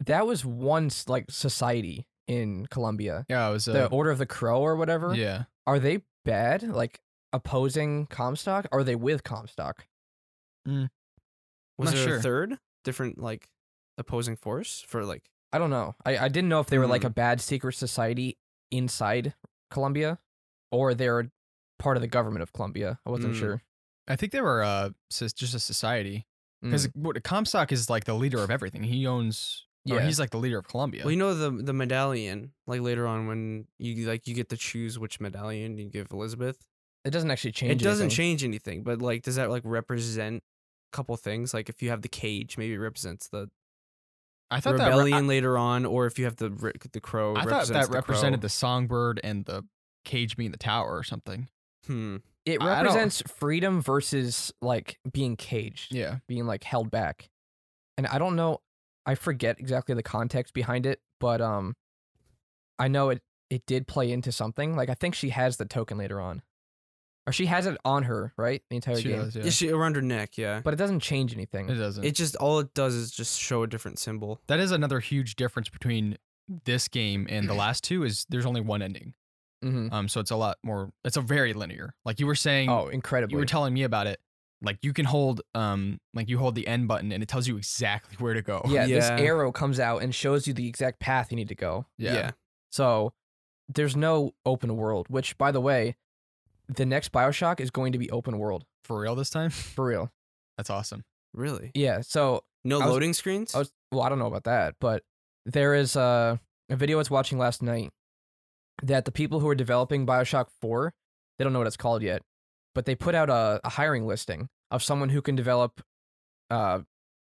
That was once like society in Colombia.
yeah, it was
the
a,
Order of the Crow or whatever.
yeah.
Are they bad? Like opposing Comstock? Are they with Comstock?
was
not
there
sure.
a third different like opposing force for like?
I don't know. I, I didn't know if they were like
Hmm.
a bad secret society inside Colombia or they're part of the government of Colombia. I wasn't
Hmm.
Mm.
sure.
I think they were uh sus- just a society. Because
Mm.
what Comstock is like the leader of everything. He owns. Yeah.
Yeah.
he's like the leader of Colombia.
Well, you know the the medallion. Like later on, when you like you get to choose which medallion you give Elizabeth.
it doesn't actually change.
it doesn't
anything.
change anything, but like, does that like represent a couple things? Like, if you have the cage, maybe it represents the
I thought that. re-
rebellion later on, or if you have the ri- the crow, it
I, I thought
represents
that represented
crow.
the songbird and the cage being the tower or something.
Hmm.
It
I- I don't-
represents freedom versus like being caged,
Yeah.
being like held back. And I don't know. I forget exactly the context behind it, but um, I know it. It did play into something. Like I think she has the token later on. or she has it on her, right? The entire
She
game.
does, yeah.
Yeah, she around her neck, yeah.
But it doesn't change anything.
It doesn't.
It just all it does is just show a different symbol.
that is another huge difference between this game and the last two is there's only one ending.
Mhm.
Um, so it's a lot more. It's a very linear. Like you were saying,
Oh, incredibly.
you were telling me about it. Like you can hold, um, like you hold the end button and it tells you exactly where to go.
Oh, yeah, this
Yeah.
arrow comes out and shows you the exact path you need to go. So there's no open world, which by the way, the next BioShock is going to be open world
for real this time.
for real.
That's awesome.
Really?
Yeah, so
No
I was-
loading screens?
I was, well, I don't know about that, but there is a, a video I was watching last night that the people who are developing Bioshock 4, they don't know what it's called yet, but they put out a, a hiring listing of someone who can develop uh,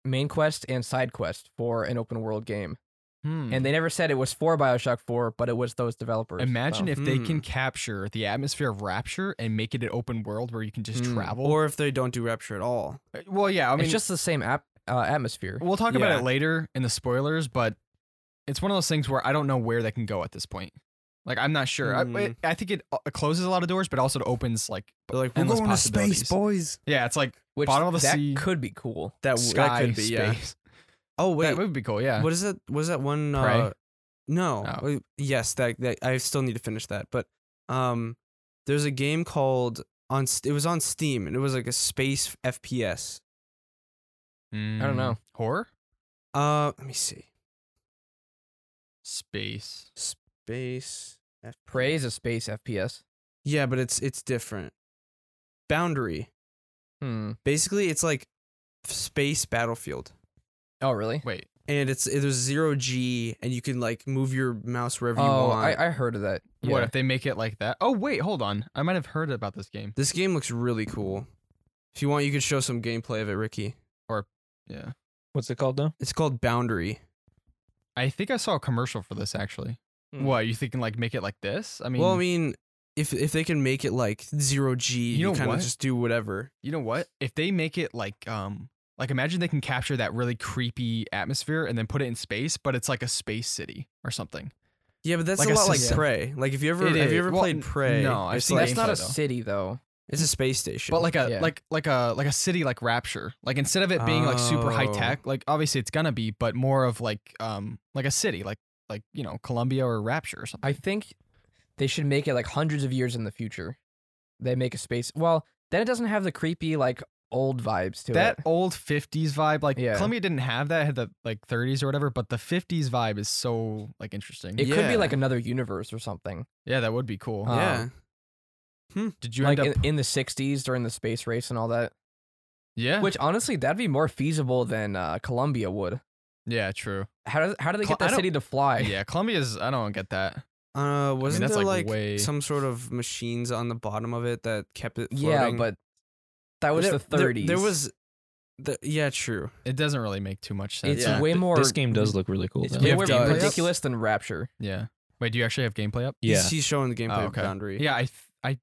main quest and side quest for an open world game.
Hmm.
And they never said it was for Bioshock 4, but it was those developers.
Imagine
so-
if they
Hmm.
can capture the atmosphere of Rapture and make it an open world where you can just
Hmm.
travel.
or if they don't do rapture at all.
Uh, well, yeah, I mean,
it's just the same ap- uh, atmosphere.
we'll talk
yeah.
about it later in the spoilers, but it's one of those things where I don't know where they can go at this point. Like I'm not sure. I-
Hmm.
I, I think it, uh, it closes a lot of doors, but also it opens like
They're like, we're
Endless
going to space,
possibilities.
boys.
yeah, it's like
Which
bottom of the
that
sea,
could be cool.
That, w-
sky
that could be, yeah.
space.
Oh
Wait,
wait.
that would be cool. Yeah.
What is that? Was that one?
Prey?
Uh, no.
Oh.
wait, Yes, that, that I still need to finish that. But um, there's a game called on. S- It was on Steam, and it was like a space FPS.
I don't know.
Hmm. Horror,
Uh, let me see.
space.
Space F-
Prey is a space FPS.
Yeah, but it's it's different. Boundary.
Hmm.
Basically, it's like space battlefield,
Oh, really?
Wait,
and it's it was zero g, and you can like move your mouse wherever you
Oh,
want.
I, I heard of that.
what
Yeah.
if they make it like that? Oh wait, hold on. I might have heard about this game.
this game looks really cool. If you want, you could show some gameplay of it, Ricky.
Yeah,
What's it called now?
It's called Boundary.
I think I saw a commercial for this actually.
Hmm.
What you thinking? Like make it like this? I mean,
well, I mean, if if they can make it like zero G,
You
you,
know
kind of
what?
just do whatever.
you know what? If they make it like um like imagine they can capture that really creepy atmosphere and then put it in space, but it's like a space city or something.
Yeah, but that's
Like
a
a
lot like
system.
Prey. Like if you ever
It
have you
is.
ever
Well,
played
n-
Prey?
no, I've
it's
seen
like-
That's not a
gameplay, though.
city though.
It's a space station.
But like a
Yeah.
like like a like a city like Rapture. Like instead of it being like super high
Oh.
tech, like obviously it's gonna be, but more of like um like a city like like you know Columbia or Rapture or something.
I think they should make it like hundreds of years in the future. They make a space. Well, then it doesn't have the creepy like old vibes to
that
it.
old 50s vibe like
Yeah.
Columbia didn't have that it had the like 30s or whatever but the 50s vibe is so like interesting.
It could
yeah.
be like another universe or something.
yeah, that would be cool.
Uh,
yeah,
Did you
like
end up
in, in the '60s during the space race and all that.
Yeah.
Which honestly, that'd be more feasible than uh, Columbia would.
yeah, true.
How do how do they
Col-
get that
I don't-
city to fly?
Yeah, Columbia's I don't get that.
uh, wasn't
that's,
there like,
like, way-
some sort of machines on the bottom of it that kept it?
Yeah,
Floating?
but that was
There-
the
there-
'30s.
There, was, the, yeah, true.
It doesn't really make too much sense.
It's
Yeah.
way
Th-
more.
This game does look really cool.
It's
though.
way
Yeah,
more
it does.
ridiculous than Rapture.
yeah. Wait, do you actually have gameplay up?
Yeah.
he's, he's showing the gameplay
Oh,
of
okay.
Boundary.
Yeah, I th- I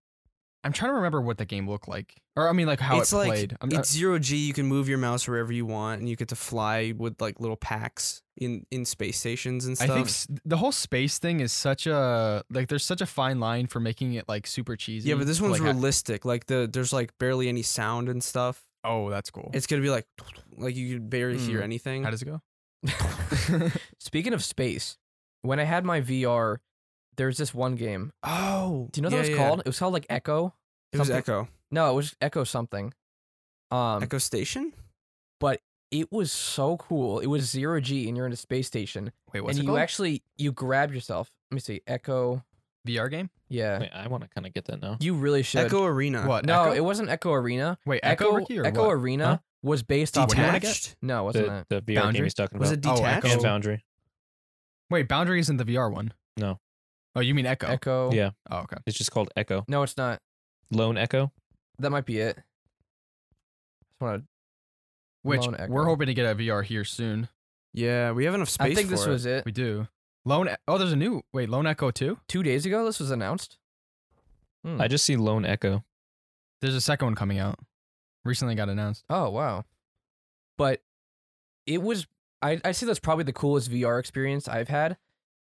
I'm trying to remember what the game looked like. Or I mean like how
it's
it
like
played. I'm
it's zero G. You can move your mouse wherever you want, and you get to fly with like little packs in in space stations and
I
stuff.
think s- the whole space thing is such a like there's such a fine line for making it like super cheesy.
yeah, but this
to,
one's
like, ha-
realistic. Like the there's like barely any sound and stuff.
Oh, that's cool.
It's gonna be like like you could barely hear
Hmm.
anything.
how does it go?
Speaking of space, when I had my VR, there's this one game.
oh,
Do you know what
yeah,
that was
yeah.
called? It was called like Echo.
It was
Something-
Echo.
No, it was Echo something. Um,
Echo Station.
it was so cool. It was zero G, and you're in a space station,
Wait, what's
and
it
you
called?
actually you grab yourself. Let me see, Echo.
VR game?
Yeah,
Wait, I want to kind of get that now.
you really should.
Echo Arena.
What?
no,
Echo?
it wasn't Echo Arena.
Wait, Echo,
Echo
Ricky or
Echo
what?
Arena
Huh?
was based off.
what do you wanna get?
Detached.
No, it wasn't
The,
it?
the VR
Boundary?
game he's talking
Was
about.
it
Oh,
detached?
Echo.
and Boundary.
Wait, Boundary isn't the VR one.
No.
Oh, you mean Echo?
Echo.
Yeah.
Oh, okay.
It's just called Echo.
No, it's not.
Lone Echo.
That might be it. Just wanna,
Which
Lone Echo.
we're hoping to get a VR here soon.
Yeah, we have enough space.
I think this
for it.
was it.
We do. Lone. E- Oh, there's a new. Wait, Lone Echo too.
Two days ago, this was announced. Hmm.
I just see Lone Echo.
There's a second one coming out. Recently got announced.
Oh wow. But it was I I say that's probably the coolest VR experience I've had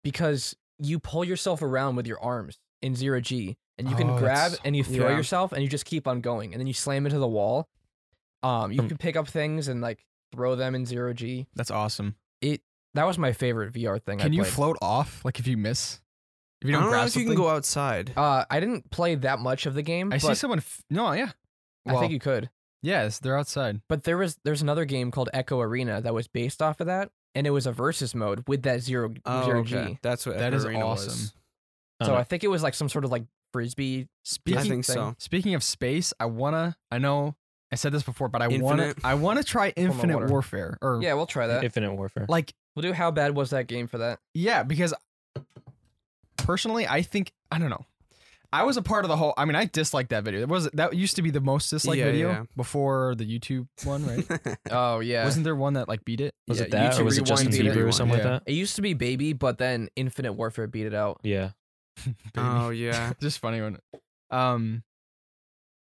because you pull yourself around with your arms in zero G and you can
Oh,
grab
that's-
and you throw
Yeah.
yourself and you just keep on going and then you slam into the wall. Um, you
Um,
can pick up things and like throw them in zero G.
That's awesome.
That was my favorite VR thing. I
Can you
played.
float off? Like if you miss, if you
I
don't,
don't know
grab
if you
something.
can go outside.
Uh, I didn't play that much of the game.
I see
but
someone. F- no, yeah.
I
Well,
think you could.
yes, they're outside.
But there was there's another game called Echo Arena that was based off of that, and it was a versus mode with that zero
Oh,
zero
okay.
G.
That's what
That
Echo
is
Arena was.
awesome.
So
Uh,
I think it was like some sort of like frisbee.
I
Speaking
think so.
Speaking of space, I wanna. I know I said this before, but I wanna.
Infinite.
I wanna try
on,
Infinite
water.
Warfare or
Yeah, we'll try that.
Infinite Warfare.
like
we'll do. How bad was that game for that?
yeah, because personally, I think I don't know. I was a part of the whole. I mean, I disliked that video. It was that used to be the most disliked
Yeah,
video
yeah.
before the YouTube one, right?
Oh yeah,
Wasn't there one that like beat it?
was
yeah,
it that
YouTube
or was it
Rewind
Justin
beat it.
Bieber or something
Yeah.
like that?
it used to be Baby, but then Infinite Warfare beat it out.
Yeah.
Baby.
oh yeah.
just funny one. Um,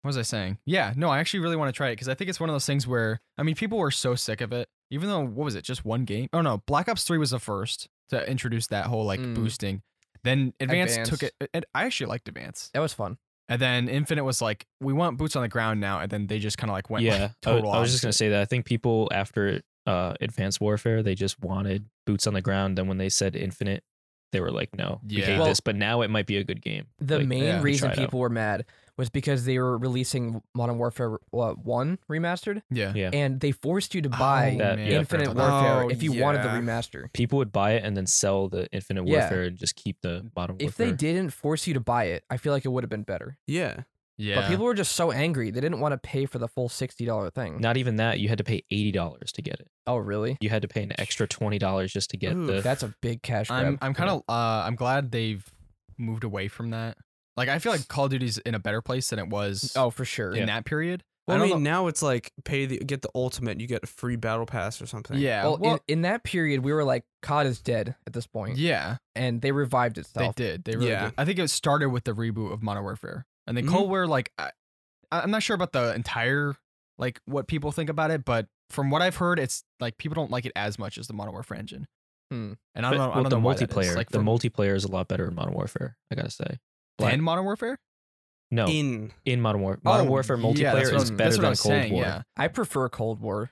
what was I saying? Yeah, no, I actually really want to try it because I think it's one of those things where I mean, people were so sick of it. Even though what was it, just one game? Oh no, Black Ops Three was the first to introduce that whole like
Hmm.
Mm.
boosting. Then Advance, took
Advance.
it, and I actually liked Advance.
That was fun.
And then Infinite was like, we want boots on the ground now, and then they just kind of like went
yeah.
like,
I w-
total.
I, was just gonna say that. I think people after uh, Advanced Warfare, they just wanted boots on the ground. Then when they said Infinite, they were like, "No, we
Yeah.
hate
Well,
this." But now it might be a good game.
The
Like,
main
yeah, we
reason
tried out.
people were mad was because they were releasing Modern Warfare uh, One remastered,
yeah, Oh,
Yeah.
and they forced you to buy
That- yeah,
Infinite
War-
Warfare
Oh,
if you wanted the
yeah.
remaster.
people would buy it and then sell the Infinite
Yeah.
Warfare and just keep the bottom.
If they didn't force you to buy it, I feel like it would have been better.
Yeah.
yeah.
But people were just so angry they didn't want to pay for the full sixty dollar thing.
not even that, you had to pay eighty dollars to get it.
Oh really?
You had to pay an extra twenty dollars just to get
Ooh,
the.
That's a big cash grab.
I'm I'm kind of uh I'm glad they've moved away from that. Like I feel like Call of Duty's in a better place than it was
oh for sure.
in that period.
Well, I,
I don't
mean, now it's like pay the get the ultimate, you get a free battle pass or something.
Yeah.
Well,
well,
in, in that period, we were like, COD is dead at this point,
yeah,
and they revived
they
itself.
did. They really
Yeah.
did. I think it started with the reboot of Modern Warfare. And then
Mhm.
Cold War, like, I, I- I'm not sure about the entire, like, what people think about it, but from what I've heard, it's like people don't like it as much as the Modern Warfare engine.
Hmm.
And I don't know.
But-
I
well,
don't
the
know why that is.
multiplayer,
Like
the
from-
multiplayer is a lot better in Modern Warfare. I gotta say, like-
in Modern Warfare?
no, in,
In
Modern Warfare, Modern
Oh,
Warfare
yeah,
multiplayer
that's what
is
I'm-
better
that's what
than
I'm
Cold
saying,
War.
Yeah.
I prefer Cold War.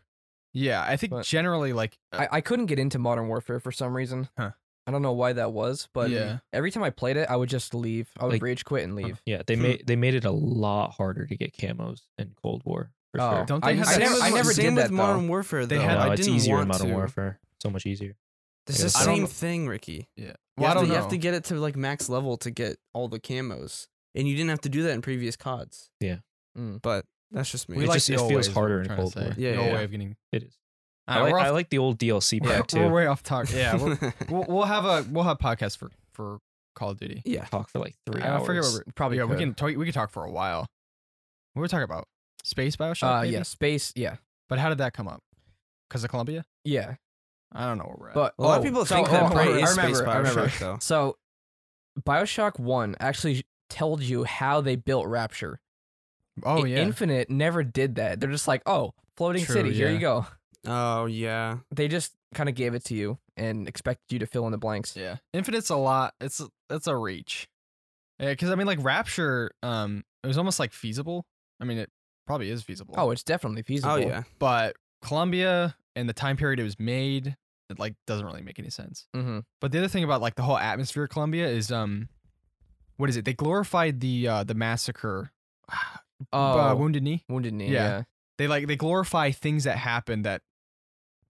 Yeah. I think
But-
generally, like, uh,
I, I couldn't get into Modern Warfare for some reason.
Huh.
I don't know why that was, but
Yeah.
every time I played it, I would just leave. I would
Like- uh,
rage quit and
Uh,
leave.
Yeah, they
Hmm.
made they made it a lot harder to get camos in Cold War. For
Oh,
sure.
Don't they
I,
have
I
that-
never,
with,
I
Same
never
same
did
with
that
Modern
though.
Warfare though.
They had-
no,
I
it's
didn't
easier
want
in Modern
to.
Warfare. So much easier.
It's
I
the
guess. I
same
don't-
thing, Ricky.
yeah.
You,
Well, I
have
don't
to,
know.
you have to get it to like max level to get all the camos, and you didn't have to do that in previous CODs.
Yeah.
Mm.
But that's just me.
We
It's
like-
just-
just- it
the old
feels
ways,
harder
what
in
I'm trying to
Cold War.
say.
Yeah,
The old
yeah.
way of getting.
It is.
Alright,
I
Uh,
like,
we're
I
off-
like the old DLC
we're-
pack
We're
too.
way off talk. Yeah. We're, we'll, we'll have a we'll have podcasts for for Call of Duty.
yeah.
Talk for like three
I
hours.
forget what we're,
Probably
yeah, we
could. Uh,
can talk. We could talk for a while. What were we talking about? Space Bioshock.
Uh,
maybe?
yeah, space. Yeah,
But how did that come up? Because of Columbia?
yeah.
I don't know where we're at.
But
A lot
oh,
of people
so-
think
oh,
that
I
Prey
remember-
is
I remember,
Space Bioshock
I remember.
though.
So, Bioshock One actually told you how they built Rapture.
oh
I-
yeah,
Infinite never did that. They're just like, oh, floating
True,
city. Here
yeah.
you go.
Oh yeah.
They just kind of gave it to you and expected you to fill in the blanks.
yeah. Infinite's a lot. It's it's a reach. Yeah, because I mean, like Rapture, um, it was almost like feasible. I mean, it probably is feasible.
Oh, it's definitely feasible.
Oh yeah.
but Columbia and the time period it was made, it like doesn't really make any sense.
Mm-hmm.
But the other thing about like the whole atmosphere of Columbia is um, what is it? They glorified the uh the massacre,
Oh,
uh, Wounded Knee.
wounded knee.
yeah.
Yeah.
They like they glorify things that happened that,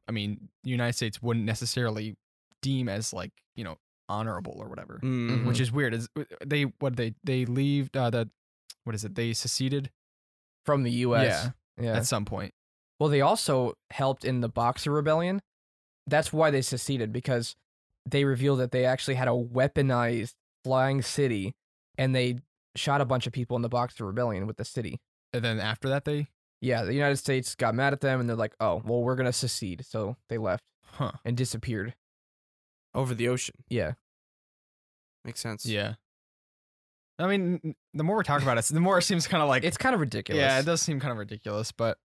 I mean, the United States wouldn't necessarily deem as like you know honorable or whatever,
Mm.
Mm-hmm.
Mhm.
which is weird. Is uh, they what they they leave uh, the what is it? They seceded
From the U.S. Yeah.
at some point.
Well, they also helped in the Boxer Rebellion. That's why they seceded because they revealed that they actually had a weaponized flying city, and they shot a bunch of people in the Boxer Rebellion with the city.
And then after that they,
Yeah, the United States got mad at them, and they're like, "Oh, well, we're gonna secede," so they left
huh?
and disappeared.
Over the ocean.
Yeah,
Makes sense.
Yeah. I mean, n- the more we talk about it, the more it seems kind of like
it's kind of ridiculous.
Yeah, it does seem kind of ridiculous, but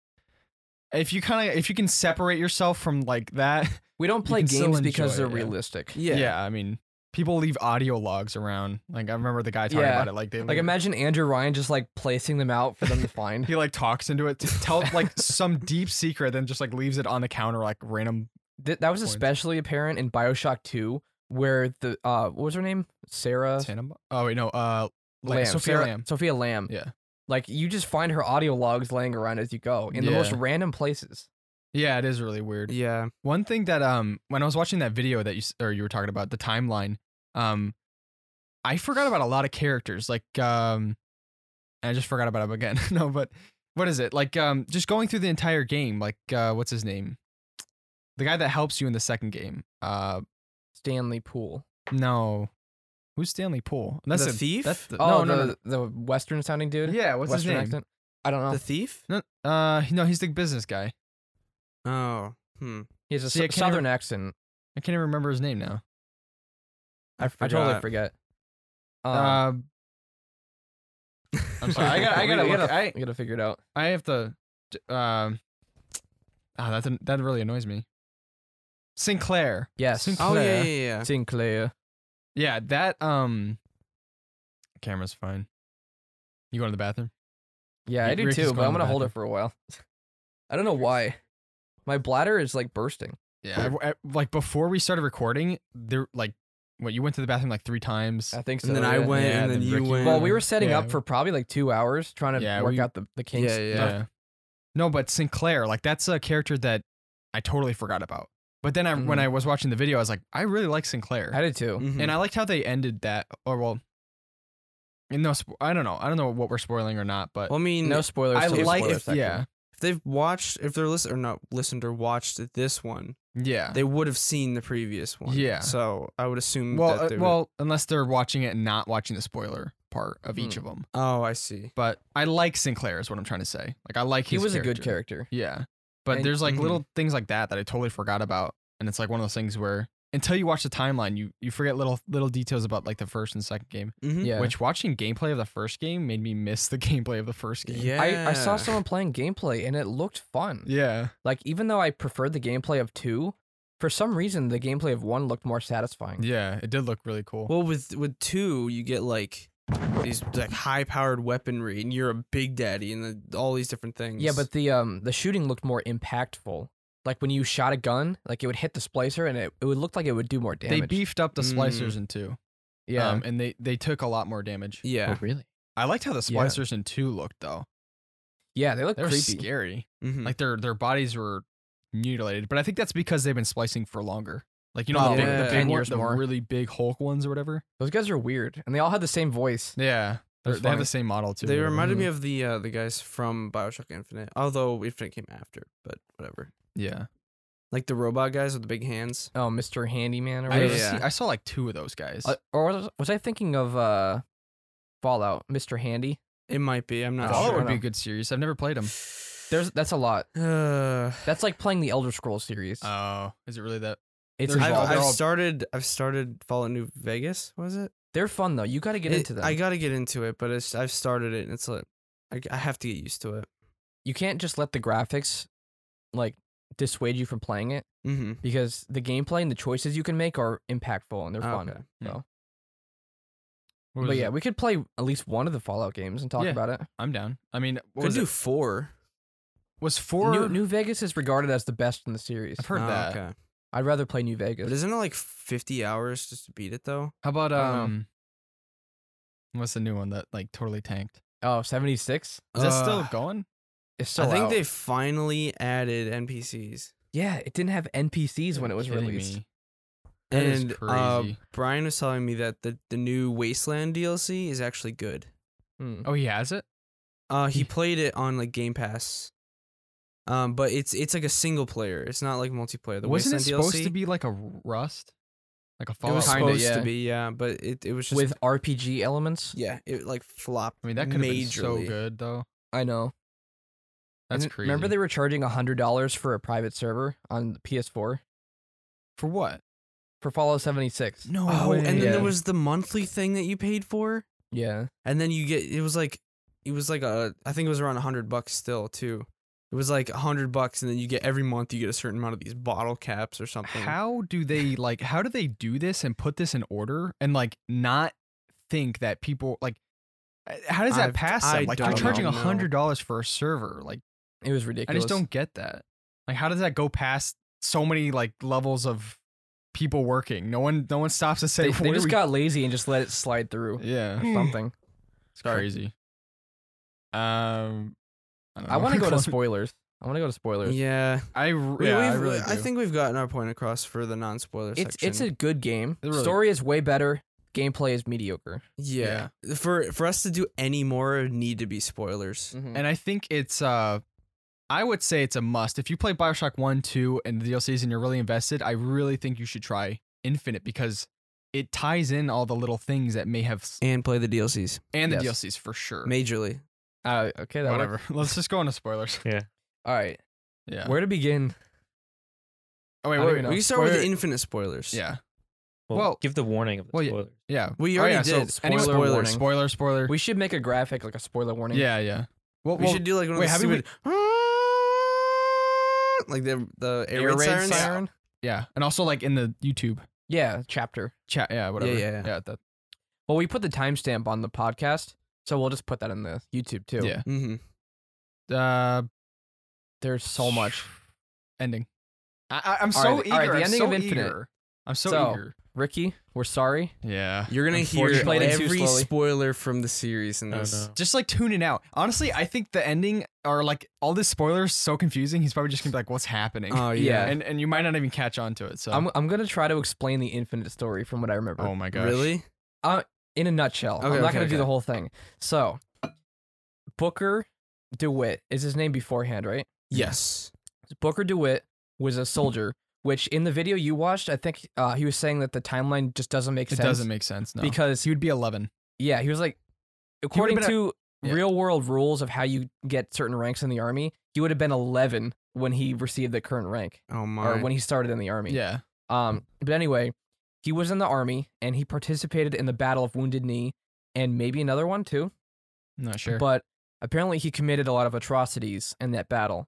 if you kind of if you can separate yourself from like that,
we don't play
can still
games because
enjoy
they're
it, yeah.
realistic.
Yeah.
yeah, I mean, people leave audio logs around. Like I remember the guy talking
Yeah.
about it. Like they
Like
leave-
imagine Andrew Ryan just like placing them out for them to find.
he like talks into it to tell like some deep secret, then just like leaves it on the counter like random.
Th- that was
Points.
especially apparent in Bioshock 2, where the uh, what was her name? Sarah
Tandem- Oh wait, no. Uh, like,
Lamb.
Sophia
Sarah-
Lamb.
Sophia Lamb.
Yeah.
Like you just find her audio logs laying around as you go in the most
Yeah.
random places.
Yeah, it is really weird.
Yeah.
One thing that um when I was watching that video that you s- or you were talking about the timeline, um, I forgot about a lot of characters. Like um, I just forgot about him again. no, but what is it like? Um, just going through the entire game. Like uh, what's his name? The guy that helps you in the second game. Uh,
Stanley Pool.
no, who's Stanley Poole?
The thief?
That's the,
Oh,
no, no, no,
the, the Western sounding dude.
Yeah, what's
Western
his name?
accent. I don't know.
The thief?
No, uh, no, he's the business guy.
Oh. Hmm.
He has a
See,
sou-
I can't
southern
even-
accent.
I can't even remember his name now.
I, I totally
forgot.
forget. Um,
Uh, I'm sorry. I gotta- I
we-
gotta
we
look-
gotta,
I-
we gotta figure it out.
I have to. d- Um, ah, that didn't- that really annoys me. Sinclair.
Yes.
Sinclair.
Oh yeah, yeah, yeah.
Sinclair.
Yeah, that um. Camera's fine. You going to the bathroom?
Yeah,
Y-
I do
Rick is
too, but
going
I'm
to the
gonna hold it for a while. I don't know why. My bladder is like bursting.
Yeah. I- I- like before we started recording, there like, what you went to the bathroom like three times.
I think so.
And then I
yeah.
went,
Yeah,
and then
then
you
Ricky-
went.
Well, we were setting
Yeah.
up for probably like two hours trying to
Yeah,
work
we-
out the the kinks.
Yeah, yeah.
Yeah. No, but Sinclair, like that's a character that I totally forgot about. But then I, when
Mm.
Mhm.
I was watching the video, I was like, I really like Sinclair.
I did too.
Mhm.
And I liked how they ended that, or well, and no, spo- I don't know, I don't know what we're spoiling or not, but
Well, I mean,
No spoilers.
I
till the
like,
spoiler
if,
section.
yeah,
if they've watched, if they're listened or not listened or watched this one,
yeah,
they would have seen the previous one.
Uh-huh. Yeah.
So I would assume.
well,
that
uh,
they would-
well, unless they're watching it and not watching the spoiler part of
Hmm.
each of them.
Oh, I see.
But I like Sinclair is what I'm trying to say. Like I like
he
his
was a good character.
Yeah, but
And- mm-hmm.
there's like
mhm.
little things like that that I totally forgot about, and it's like one of those things where until you watch the timeline, you you forget little little details about like the first and second game.
Mhm.
Yeah.
Which watching gameplay of the first game made me miss the gameplay of the first game.
Yeah.
I, I saw someone playing gameplay and it looked fun.
Yeah.
Like even though I preferred the gameplay of two, for some reason the gameplay of one looked more satisfying.
Yeah, it did look really cool.
Well, with with two, you get like these like high powered weaponry, and you're a big daddy, and the, all these different things.
Yeah, but the um the shooting looked more impactful. Like when you shot a gun, like it would hit the splicer and it, it would look like it would do more damage.
they beefed up the
Mm.
splicers in two.
yeah.
Um, and they they took a lot more damage.
yeah.
Oh, really?
I liked how the
Yeah.
splicers in two looked though.
yeah, they look
They were
creepy.
scary.
Mhm.
Like their their bodies were mutilated, but I think that's because they've been splicing for longer. Like you know the
Probably.
big, the
Yeah.
big
10
one-
years
the
more.
really big Hulk ones or whatever.
Those guys are weird. And they all had the same voice.
Yeah,
That's
They're- they have
funny.
the same model too.
they
or whatever.
reminded me of the uh, the guys from Bioshock Infinite, although Infinite came after, but whatever.
Yeah,
Like the robot guys with the big hands.
Oh, Mr. Handyman or
I,
whatever.
yeah.
see- I saw like two of those guys.
Uh, or was, was I thinking of uh Fallout, Mr. Handy?
It might be. I'm not
Fallout
sure.
Oh, would be a good series. I've never played them.
There's that's a lot.
Uh,
That's like playing the Elder Scrolls series.
Oh, is it really that?
it's
there's-
I've,
involved.
They're
I've
all-
started. I've started Fallout New Vegas. Was it?
They're fun though. You got to get
It-
into them.
I gotta get into it, but it's I've started it, and it's like I, I have to get used to it.
you can't just let the graphics like dissuade you from playing it
Mm-hmm.
because the gameplay and the choices you can make are impactful and they're fun.
Oh, Okay.
So,
What
but
was
Mm-hmm.
yeah,
it?
we could play at least one of the Fallout games and talk
Yeah.
about it.
I'm down. I mean, what
Could
was
do
it?
four.
Was four?
New, New Vegas is regarded as the best in the series.
I've heard
Oh,
that.
Okay.
I'd rather play New
But
Vegas.
isn't it like 50 hours just to beat it though?
How about
I don't know.
um? What's the new one that like totally tanked?
Oh, 76?
Is that
Uh,
still going?
It's still
I think
out.
they finally added NPCs.
Yeah, it didn't have NPCs when it was
Kidding
released.
me. That is
and uh,
crazy.
Brian was telling me that the, the new Wasteland DLC is actually good.
Hmm.
Oh, he has it.
Uh,
Mm.
he played it on like Game Pass. Um, but it's it's like a single player. It's not like multiplayer. The
Wasn't it
Wasteland
supposed
DLC,
to be like a Rust, like a
It
Fallout?
was
Kinda,
supposed
yeah.
to be, yeah. But it, it was just
With RPG elements?
yeah. It like flopped.
I mean, that could have been so
majorly.
good though.
I know.
That's
And
crazy.
Remember they were charging $100 for a private server on the PS4
for what?
for Fallout Ah, 76?
No
Oh, and then
Yeah.
there was the monthly thing that you paid for,
Yeah.
and then you get it was like it was like a I think it was around hundred bucks still too. It was like a hundred bucks, and then you get every month you get a certain amount of these bottle caps or something.
How do they like? How do they do this and put this in order and like not think that people like? uh, How does that
I've-
pass them?
I
like you're
don't
charging
know.
a hundred dollars for a server. Like
It was
I
ridiculous.
just don't get that. Like how does that go past so many like levels of people working? No one, no one stops to say.
They,
"What
they
are
just
we-"
got Hmm. lazy and just let it slide through
yeah.
or something.
It's crazy. Um, don't
I
know.
want to go to spoilers. I want to go to spoilers.
Yeah,
I r-
We-
yeah, I
we've-
really.
I
do.
think we've gotten our point across for the non-spoiler
It's
section.
it's a good game.
It really-
Story is way better. Gameplay is mediocre.
yeah. For for us to do any more it would need to be spoilers.
and I think it's uh I would say it's a must. If you play BioShock 1, 2 and the DLCs and you're really invested, I really think you should try Infinite because it ties in all the little things that may have s-
And play the DLCs
and the
Yes.
DLCs for sure.
majorly.
Uh, okay, that works.
Whatever. Let's just go into spoilers.
All right,
Yeah.
where to begin?
oh wait,
I don't
wait.
even know.
We can start with
Where-
the infinite spoilers.
Yeah.
Well,
Well-
give the warning of the
well, yeah.
spoilers.
Yeah.
we
Oh,
already
yeah, so
did. spoilers.
anyway, spoiler
spoilers.
warning.
Spoiler, spoiler.
We should make a graphic like a spoiler warning.
yeah, yeah. Well,
We
well,
should do like one
wait,
of the
haven't we-
stupid, like the the air,
air
raid
raid
sirens.
siren.
yeah. And also like in the YouTube
Yeah, chapter.
chat, yeah, whatever.
yeah, yeah.
yeah that,
Well, we put the timestamp on the podcast, so we'll just put that in the YouTube too.
yeah.
Mm-hmm.
Uh
there's so much.
ending. I, I, I'm
All
so
right,
eager.
all right, the
I'm
ending
so
of Infinite.
eager. I'm so,
So-
eager.
Ricky, we're sorry.
Yeah.
You're gonna hear
Unfortunately- Played it too
every
slowly.
spoiler from the series in
Oh,
this.
no.
Just like tune it out. Honestly, I think the ending or like all this spoilers so confusing. He's probably just gonna be like, "What's happening?"
Oh
Yeah.
and and you might not even catch on to it. So,
I'm I'm gonna try to explain the infinite story from what I remember.
oh my gosh,
really?
in a nutshell. I'm
Okay,
not
okay,
gonna do
okay.
the whole thing. So, Booker DeWitt is his name beforehand, right?
Yes.
Booker DeWitt was a soldier, which in the video you watched, I think uh, he was saying that the timeline just doesn't make
It
sense.
doesn't make sense. No,
because
he would be 11.
yeah, he was like, according
been a-
to
Yeah.
real world rules of how you get certain ranks in the army, he would have been 11 when he received the current rank
Oh my.
or when he started in the army.
Yeah,
Um, but anyway, he was in the army and he participated in the Battle of Wounded Knee and maybe another one too.
not sure.
But apparently, he committed a lot of atrocities in that battle.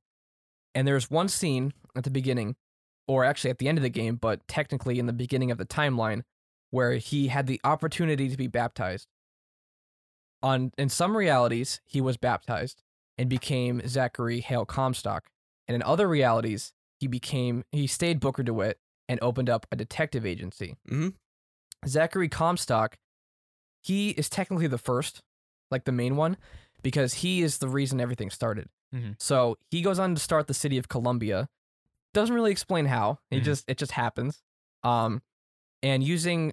And there's one scene at the beginning, or actually at the end of the game, but technically in the beginning of the timeline, where he had the opportunity to be baptized. On in some realities, he was baptized and became Zachary Hale Comstock, and in other realities, he became he stayed Booker DeWitt and opened up a detective agency.
Mhm.
Zachary Comstock, he is technically the first, like the main one, because he is the reason everything started.
Mhm.
So he goes on to start the city of Columbia. Doesn't really explain how. He
Mhm.
just it just happens. Um, and using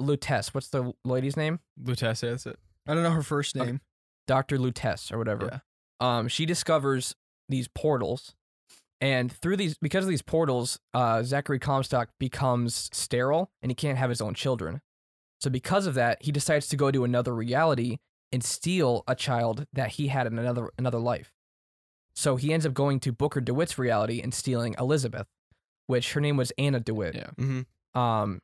Lutess, what's the lady's name?
Lutessa, that's it. I don't know her first
Okay.
name.
Dr. Lutess or whatever. Um, she discovers these portals. And through these, because of these portals, uh, Zachary Comstock becomes sterile and he can't have his own children. So, because of that, he decides to go to another reality and steal a child that he had in another, another life. So, he ends up going to Booker DeWitt's reality and stealing Elizabeth, which her name was Anna DeWitt.
Yeah.
Mhm.
Um,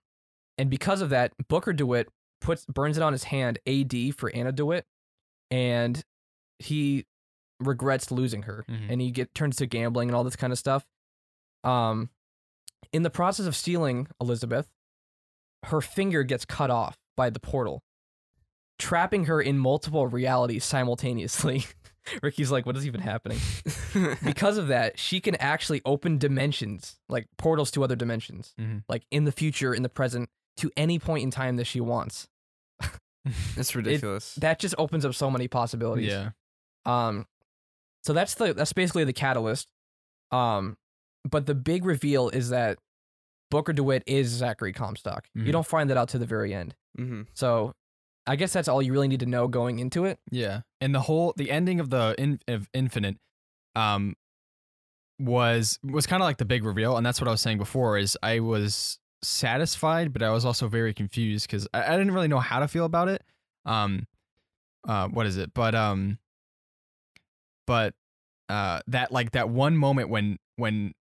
and because of that, Booker DeWitt puts burns it on his hand AD for Anna DeWitt, and he regrets losing her,
Mhm.
and he get turns to gambling and all this kind of stuff. Um, in the process of stealing Elizabeth, her finger gets cut off by the portal, trapping her in multiple realities simultaneously. Ricky's like, "What is even happening?"
Mm-hmm.
because of that, she can actually open dimensions, like portals to other dimensions,
Mhm.
like in the future, in the present, to any point in time that she wants.
it's ridiculous.
That just opens up so many possibilities.
Yeah,
Um, so that's the that's basically the catalyst. Um, but the big reveal is that Booker DeWitt is Zachary Comstock.
Mhm.
You don't find that out to the very end.
mm-hmm.
So, I guess that's all you really need to know going into it.
yeah. And the whole the ending of the in, of Infinite, um, was was kind of like the big reveal, and that's what I was saying before. Is I was satisfied, but I was also very confused because I, I didn't really know how to feel about it. Um, uh, what is it? But um, but uh, that like that one moment when when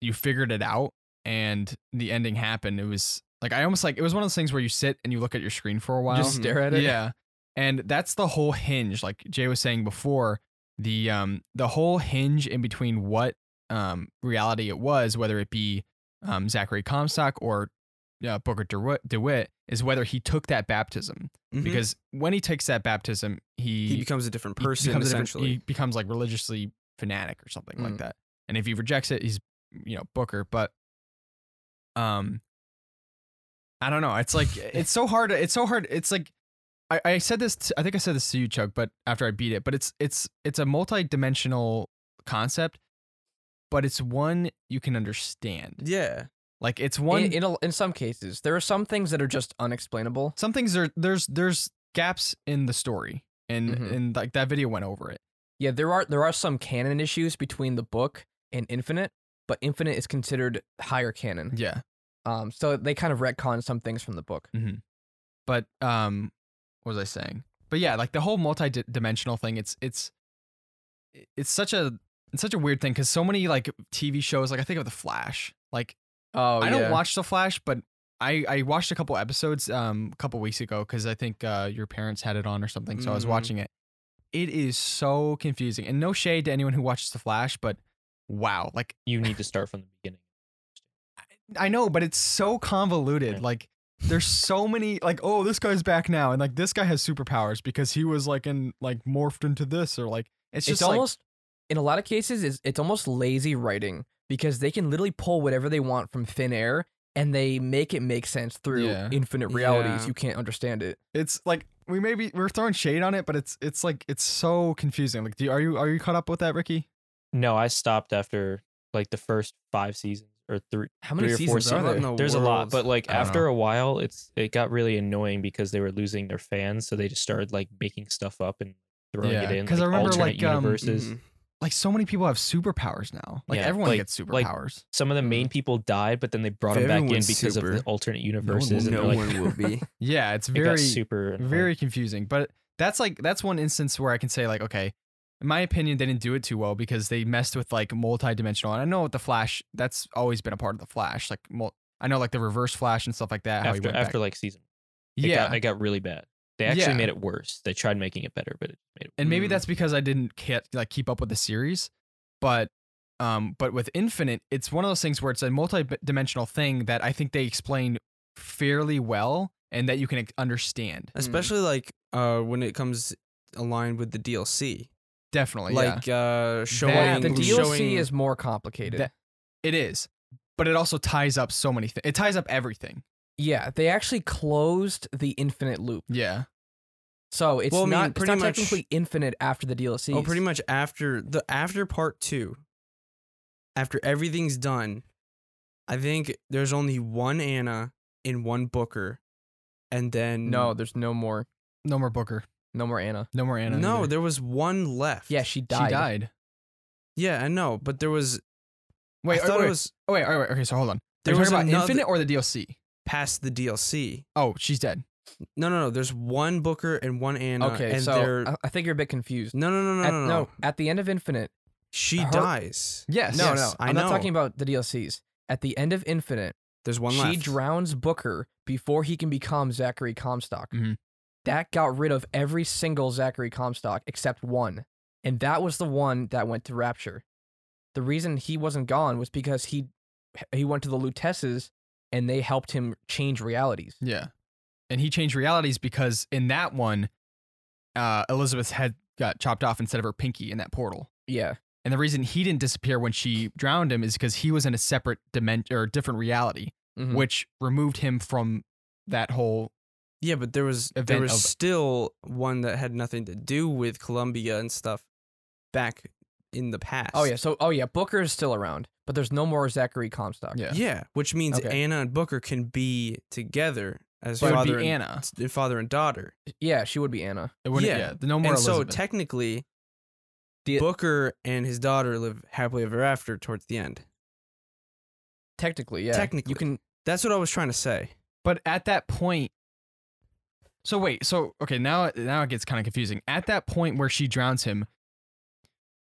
you figured it out and the ending happened, it was like I almost like it was one of those things where you sit and you look at your screen for a while,
Just stare at it.
yeah. And that's the whole hinge, like Jay was saying before, the um the whole hinge in between what um reality it was, whether it be um Zachary Comstock or uh, Booker DeWitt, DeWitt, is whether he took that baptism
Mhm.
because when he takes that baptism, he,
he becomes a different
he
person
becomes a different-
essentially.
he becomes like religiously fanatic or something like
Mm.
that. And if he rejects it, he's you know Booker. But um, I don't know. It's like it's so hard. It's so hard. It's like I, I said this. To, I think I said this to you, Chuck. But after I beat it, but it's it's it's a multi-dimensional concept, but it's one you can understand.
yeah.
Like it's
One
one.
in, in, a, in some cases, there are some things that are just unexplainable.
some things are there's there's gaps in the story, and
Mhm.
and like that video went over it.
Yeah, there are there are some canon issues between the book and Infinite, but Infinite is considered higher canon.
Yeah.
Um, so they kind of retcon some things from the book.
but um what was i saying but yeah like the whole multi-dimensional thing it's it's it's such a it's such a weird thing because so many like tv shows like i think of the flash like
Oh,
i don't watch the flash but i i watched a couple episodes um a couple weeks ago because i think uh your parents had it on or something so i was
Mhm.
watching it it is so confusing and no shade to anyone who watches the flash but wow like
You need to start from the beginning.
I know, but it's so convoluted.
Yeah.
Like there's so many like, oh, this guy's back now, and like this guy has superpowers because he was like in like morphed into this or like it's
It's,
just like-
almost in a lot of cases it's, it's almost lazy writing because they can literally pull whatever they want from thin air and they make it make sense through
Yeah.
infinite realities.
Yeah.
You can't understand it.
it's like we maybe we're throwing shade on it, but it's it's like it's so confusing. Like, do you, are you are you caught up with that, Ricky?
No, I stopped after like the first five seasons or three.
How many
Three or four
seasons are
seasons.
What
there?
in the
There's a lot,
world?
but like
I don't
after a while, it's it got really annoying because they were losing their fans, so they just started like making stuff up and throwing
Yeah,
it in
'cause I remember,
alternate
like, um,
universes.
Mhm.
Like so many people have superpowers now. Like
Yeah,
everyone
like-
gets
like,
superpowers.
Some of the
Mm-hmm.
main people died, but then they brought them back in
Everyone's
because of the
super.
alternate universes, and
no
they're like
one will be.
yeah, it's
it got
very
super annoying.
very confusing. But that's like that's one instance where I can say like, okay, in my opinion, they didn't do it too well because they messed with like multi-dimensional. And I know with the Flash, that's always been a part of the Flash. Like, mul- I know like the Reverse Flash and stuff like that. how he
after
went
after
back.
like season. It
yeah,
got, it got really bad. They actually
Yeah.
made it worse. They tried making it better, but it made it.
and maybe
Mm.
that's because I didn't ca- like keep up with the series, but um, but with Infinite, it's one of those things where it's a multi-dimensional thing that I think they explain fairly well and that you can understand.
Especially like uh when it comes aligned with the DLC.
Definitely, yeah.
Like uh showing
That-
the
Showing-
DLC
showing-
is more complicated.
That- It is, but it also ties up so many things. It ties up everything.
yeah, they actually closed the infinite loop.
Yeah.
So it's
Well, I mean,
not, it's
pretty
not
much-
technically infinite after the DLC.
Oh, pretty much after the after part two, after everything's done, I think there's only one Anna and one Booker, and then
No, there's no more,
No more Booker.
no more Anna.
No more Anna.
no,
either.
there was one left.
Yeah, she
she
died.
died.
yeah, I know, but there was.
Wait,
I thought
wait,
it was
oh, wait, oh, wait, okay, so hold on.
There
Are you
was
talking about
another-
Infinite or the DLC?
past the DLC.
Oh, she's dead.
No, no, no. There's one Booker and one Anna.
Okay,
and
so
they're
I, I think you're a bit confused.
no, no, no, no,
At-
no, no.
At the end of Infinite,
She
Her-
dies.
Yes.
no,
Yes,
no,
I
I'm
know.
not talking about the DLCs. At the end of Infinite,
There's one
she
left.
drowns Booker before he can become Zachary Comstock.
Mhm.
That got rid of every single Zachary Comstock except one, and that was the one that went to Rapture. The reason he wasn't gone was because he he went to the Lutesses and they helped him change realities.
Yeah. And he changed realities because in that one, uh, Elizabeth's head got chopped off instead of her pinky in that portal.
Yeah,
And the reason he didn't disappear when she drowned him is because he was in a separate dimension or different reality,
Mm-hmm.
Mhm.
which removed him from that whole.
Yeah, but there was there
event
was
of-
still one that had nothing to do with Columbia and stuff back in the past.
Oh yeah, so oh yeah, Booker is still around, but there's no more Zachary Comstock.
Yeah.
Yeah, which means
Okay.
Anna and Booker can be together as
So it would
father
be
and
Anna.
s- father and daughter.
yeah, she would be Anna.
It wouldn't,
Yeah.
yeah. No more
and
Elizabeth.
so technically,
The-
Booker and his daughter live happily ever after towards the end.
Technically, yeah.
Technically.
you can.
That's what I was trying to say.
But at that point, so wait, so okay, now now it gets kind of confusing. At that point where she drowns him,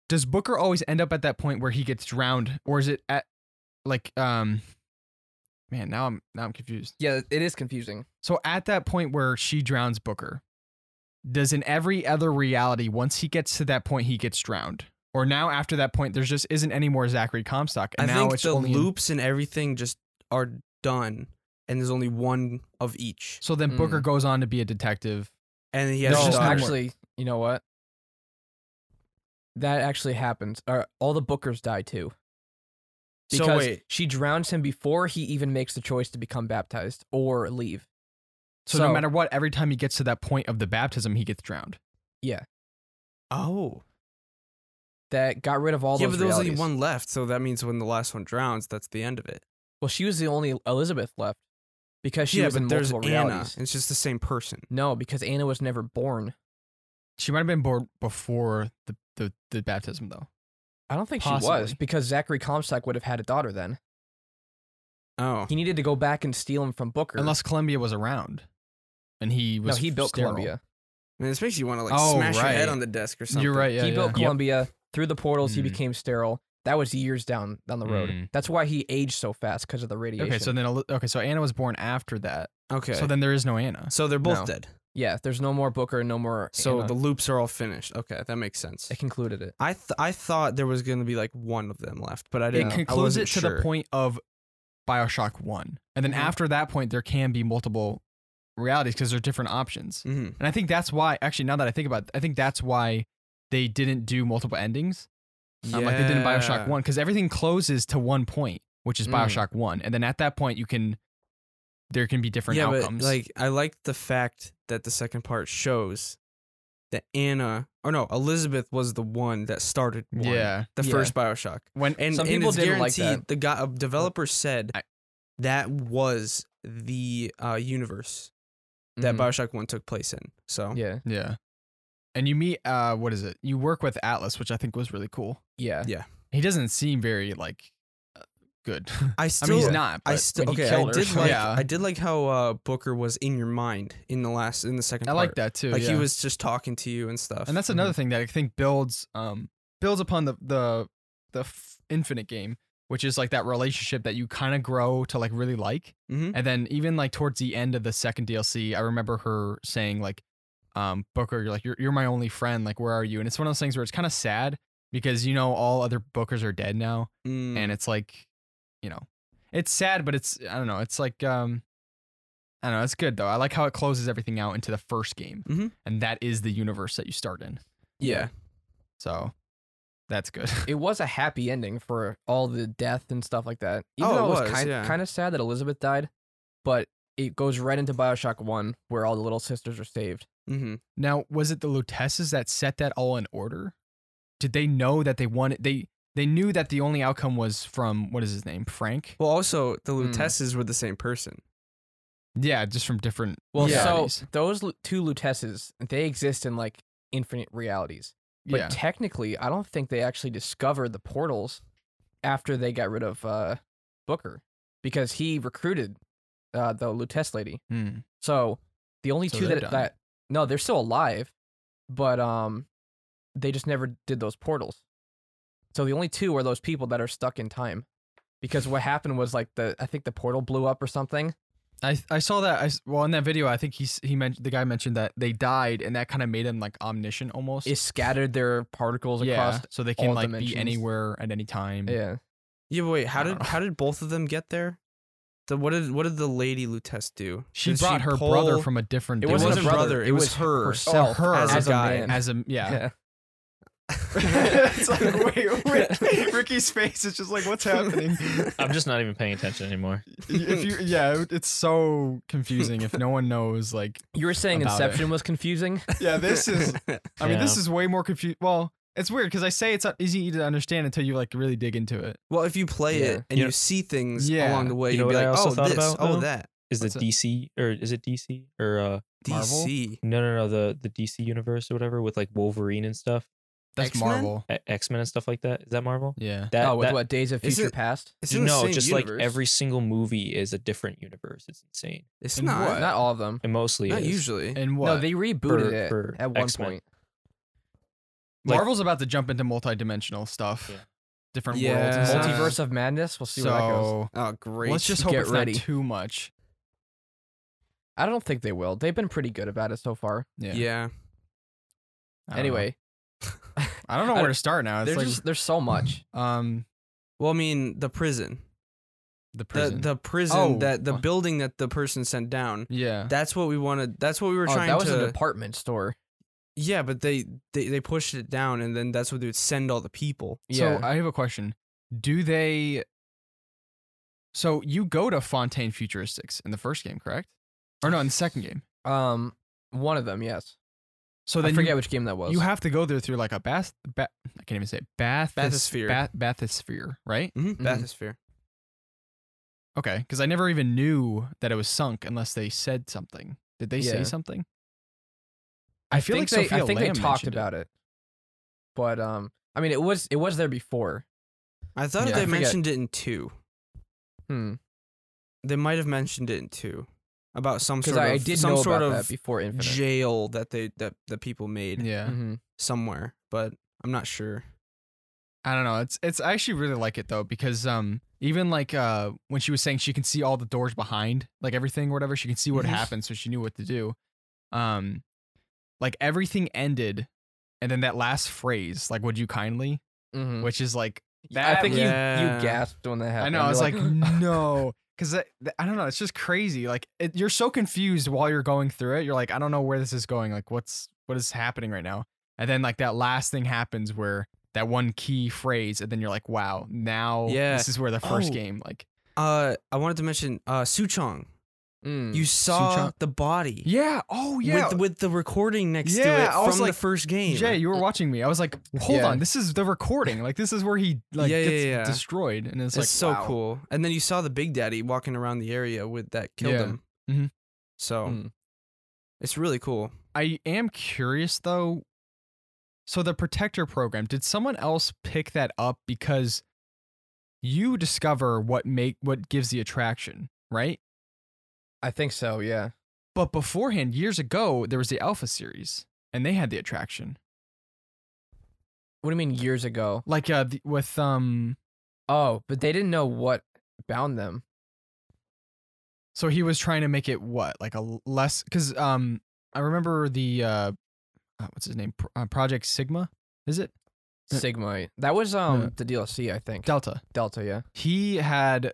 does Booker always end up at that point where he gets drowned, or is it at like um, man, now I'm now I'm confused.
Yeah, it is confusing.
So at that point where she drowns Booker, does in every other reality, once he gets to that point, he gets drowned. Or now after that point, there's just isn't any more Zachary Comstock.
I
And now
think
it's
the
only in-
loops and everything just are done, and there's only one of each.
so then
Mm.
Booker goes on to be a detective.
And he has
There's
no,
a
just no
daughter.
more.
actually, you know what? That actually happens. Uh, all the Bookers die too.
So
Because
wait.
she drowns him before he even makes the choice to become baptized or leave.
So, no matter what, every time he gets to that point of the baptism, he gets drowned.
Oh,
that got rid of all
yeah,
those.
but there was only
realities.
one left, so that means when the last one drowns, that's the end of it.
Well, she was the only Elizabeth left because she
yeah,
was
but
in
there's
multiple
Anna.
realities.
and It's just the same person.
No, because Anna was never born.
She might have been born before the, the, the baptism, though.
I don't think she was
Possibly.
because Zachary Comstock would have had a daughter then.
Oh,
He needed to go back and steal him from Booker.
Unless Columbia was around, and he
no,
was.
he built
sterile.
Columbia.
man, this makes you want to like
Oh,
smash your head
right.
on the desk or something.
You're right. Yeah,
he
yeah.
built Columbia through the portals. He
Mm.
became sterile. That was years down down the road.
Mm.
That's why he aged so fast because of the radiation.
Okay, so then Eli- okay, so Anna was born after that.
Okay.
So
So,
then there is no Anna.
they're both
No.
dead.
yeah, there's no more Booker, no more.
So
Anna.
the loops are all finished. Okay, that makes sense.
it concluded it.
I th- I thought there was gonna be like one of them left, but I
It
didn't. I
concludes
wasn't
it to
sure.
the point of Bioshock One, and then
Mhm.
after that point, there can be multiple realities because there are different options.
hmm
And I think that's why, actually, now that I think about it, I think that's why they didn't do multiple endings um, like they did in Bioshock 1, because everything closes to one point, which is
Mm.
Bioshock 1. And then at that point, you can, there can be different
yeah,
outcomes.
but like I like the fact that the second part shows that Anna or no Elizabeth was the one that started one,
yeah.
the
Yeah.
first Bioshock,
When,
and
Some
and
people
it's
didn't like
guaranteed
that.
the guy, a developer said
I-
that was the uh, universe that
Mhm.
Bioshock One took place in. So
yeah,
yeah. And you meet, uh, what is it? You work with Atlas, which I think was really cool.
yeah,
Yeah.
He doesn't seem very, like, uh, good.
I
I
still
mean, he's not.
I
but-
still
when he
okay. I
killed her,
did
so-
like
Yeah.
I did like how uh, Booker was in your mind in the last in the second.
I
part.
like that too.
Like he
yeah.
was just talking to you and stuff.
and that's another thing that I think builds um builds upon the the the f- infinite game, which is like that relationship that you kind of grow to like really like.
Mhm.
And then even like towards the end of the second DLC, I remember her saying like, um, Booker, you're like you're you're my only friend. Like where are you? And it's one of those things where it's kind of sad because you know all other Bookers are dead now,
Mm.
and it's like, you know, it's sad, but it's I don't know. It's like um. I don't know. It's good though. I like how it closes everything out into the first game,
Mhm.
and that is the universe that you start in.
yeah,
So that's good.
It was a happy ending for all the death and stuff like that. Even
Oh, it
though it was,
was,
kind,
yeah.
kind of sad that Elizabeth died, but it goes right into Bioshock One where all the little sisters are saved.
hmm
now, was it the Lutesses that set that all in order? Did they know that they wanted they they knew that the only outcome was from what is his name? Frank?
Well, also the
Mm.
Lutesses were the same person.
Yeah, just from different
Well,
Yeah.
so those lu- two Lutesses, they exist in like infinite realities. But
yeah.
technically, I don't think they actually discovered the portals after they got rid of uh, Booker because he recruited uh, the Lutess lady.
Hmm.
So the only
So
two
they're
that,
done.
that no, they're still alive, but um, they just never did those portals. So the only two are those people that are stuck in time, because what happened was like the I think the portal blew up or something.
I I saw that. I s well in that video, I think he's he mentioned the guy mentioned that they died, and that kind of made him like omniscient almost.
It scattered their particles
yeah,
across.
so they
all
can like
dimensions.
be anywhere at any time.
Yeah,
Yeah, but wait, how
I don't
did
know.
how did both of them get there? The what did what did the lady Lutess do?
She
Did
brought her
pull-
brother from a different.
it
It
wasn't,
wasn't
a brother.
brother, it was her.
herself
Oh, her
as,
as
a
a guy.
man.
as a yeah.
It's like, wait, wait.
Ricky's face is just like, what's
happening?
I'm just not even paying attention anymore.
if you, yeah, it- it's so confusing if no one knows. Like,
You were saying
about it.
Inception was confusing.
yeah, this is. I mean, this
Yeah.
is way more confusing. Well, it's weird because I say it's not easy to understand until you like really dig into it.
well, if you play
Yeah.
it and
You
you
know-
see things
Yeah.
along the way,
You know
you'd be
what I
like,
also
oh
thought
this,
about,
oh
though?
that.
Is the
What's it?
DC or is it DC or uh
Marvel?
DC.
no no no the the DC universe or whatever with like Wolverine and stuff,
That's
X-Men?
Marvel.
X Men E-, and stuff like that. Is that Marvel?
Yeah.
That,
oh, with
that-
what Days of
Is
Future
it-
Past?
It's in the
no,
same
just
universe.
like every single movie is a different universe. It's insane.
It's
In
not.
what?
Not all of them.
It mostly
Not
is.
usually.
And what?
No, they rebooted
For-
it
for
at one
X-Men.
point.
like-
Marvel's about to jump into multi-dimensional stuff,
Yeah.
different worlds,
Yeah.
and stuff.
Multiverse of Madness. We'll see where that goes.
So
oh great.
let's just hope
Get
it's
ready.
not too much.
I don't think they will. They've been pretty good about it so far.
Yeah.
yeah.
I don't know.
Anyway,
I don't know
I
where
don't-
to start now. It's
there's
like
just there's so much.
um
Well, I mean the prison,
the prison.
prison. the the prison
Oh,
that the
fuck.
building that the person sent down.
yeah.
That's what we wanted. That's what we were
Oh,
trying
that was
to.
a department store.
yeah, but they, they they pushed it down, and then that's what they would send all the people.
Yeah.
So I have a question. Do they? So you go to Fontaine Futuristics in the first game, correct? Or no, in the second game.
um, one of them, yes.
So
I
then
forget
you,
which game that was.
you have to go there through like a bath. Ba- I can't even say it. Bath
Bathysphere.
Bath, bathysphere, right?
hmm
Mhm.
Bathysphere.
Okay, because I never even knew that it was sunk unless they said something. Did they
Yeah.
say something?
I,
feel
think
like
they, I
Sophia
think
Lam
they talked
mentioned it.
about it. But um, I mean, it was it was there before.
I thought
Yeah,
they
I
forget.
mentioned it in two.
Hmm.
They might have mentioned it in two about some
Because
sort
I,
of
I did
some
know
sort
about
of
that before Infinite.
jail that they that the people made
Yeah.
hmm
somewhere, but I'm not sure.
I don't know. It's it's I actually really like it though because um even like uh when she was saying she can see all the doors behind like everything or whatever she can see what
Mm-hmm.
Mhm.
happened so she knew what to do. Um, like everything ended, and then that last phrase like "Would you kindly,"
hmm
which is like
I
that
think you
Yeah.
you gasped when that
I
happened.
know I
You're
was like, no because I, I don't know it's just crazy like it, you're so confused while you're going through it you're like I don't know where this is going like what's what is happening right now and then like that last thing happens where that one key phrase and then you're like wow now
Yeah.
this is where the first
Oh.
game like
Uh, I wanted to mention uh Suchong.
Mm.
You saw
Chong.
the body.
yeah oh yeah
With, with the recording next to
Yeah,
it
I was
from
like,
the first game.
Jay you were watching me I was like hold
Yeah.
on this is the recording like this is where he like
Yeah, yeah,
gets
yeah.
destroyed and
it's
it's, like
so
wow.
cool. And then you saw the Big Daddy walking around the area with that killed
Yeah.
him.
Mhm.
So
Mm.
it's really cool.
I am curious though. So the protector program, did someone else pick that up because you discover what make what gives the attraction, right?
I think so. Yeah.
But beforehand, years ago, there was the Alpha series, and they had the attraction,
What do you mean years ago?
like uh, the, with um.
Oh, but they didn't know what bound them.
So he was trying to make it what like a l- less because um I remember the uh, uh, what's his name Pro- uh, Project Sigma is it Uh,
Sigma. That was um
yeah.
the DLC, I think.
Delta
Delta, yeah.
he had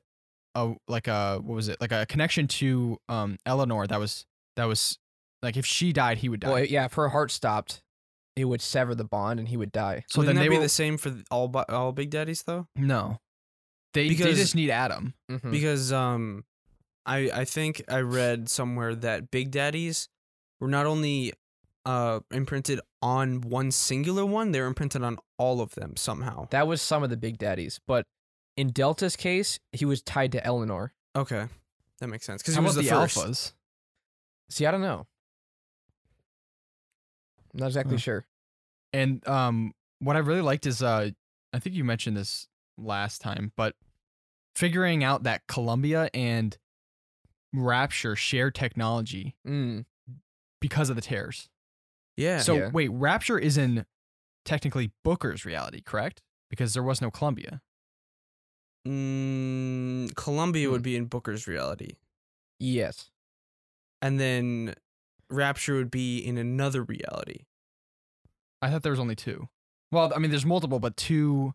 a like a what was it like a connection to um Eleanor that was that was like if she died he would die.
Well, yeah. If her heart stopped, it would sever the bond, and he would die.
so
Wouldn't
then
that
they
be
were
the same for th- all bu- all Big Daddies though?
no. They they
Because-
just need Adam.
Mhm.
Because um, I I think I read somewhere that Big Daddies were not only uh imprinted on one singular one, they were imprinted on all of them somehow.
That was some of the big daddies, but in Delta's case, he was tied to Eleanor.
okay, that makes sense because
How
he was
about
the, first.
alphas.
See, I don't know. I'm not exactly
Huh.
sure.
And um what I really liked is uh I think you mentioned this last time, but figuring out that Columbia and Rapture share technology
Mm.
because of the tears.
Yeah.
So
Yeah.
wait, Rapture is in technically Booker's reality, correct? Because there was no Columbia.
mm, Columbia
Hmm.
would be in Booker's reality,
Yes.
and then Rapture would be in another reality.
I thought there was only two. Well, I mean, there's multiple, but two.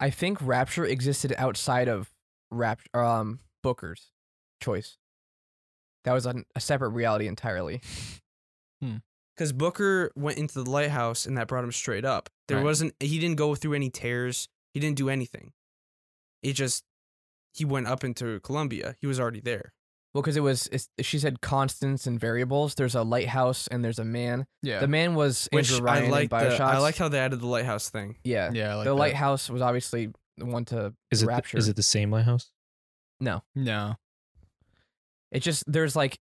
I think Rapture existed outside of Rapture, um, Booker's choice. That was an, a separate reality entirely.
Because Booker went into the lighthouse and that brought him straight up. There
Right.
wasn't, he didn't go through any tears. He didn't do anything. It just, he went up into Columbia. He was already there.
Well, because it was, it's, she said constants and variables. There's a lighthouse and there's a man.
Yeah.
The man was
Which
Andrew
I
Ryan
like.
in Bioshock.
The, I like how they added the lighthouse thing.
yeah.
yeah. I Like
the
that.
lighthouse was obviously the one to
Is it
Rapture.
The, is it the same lighthouse?
no.
No.
It's just there's like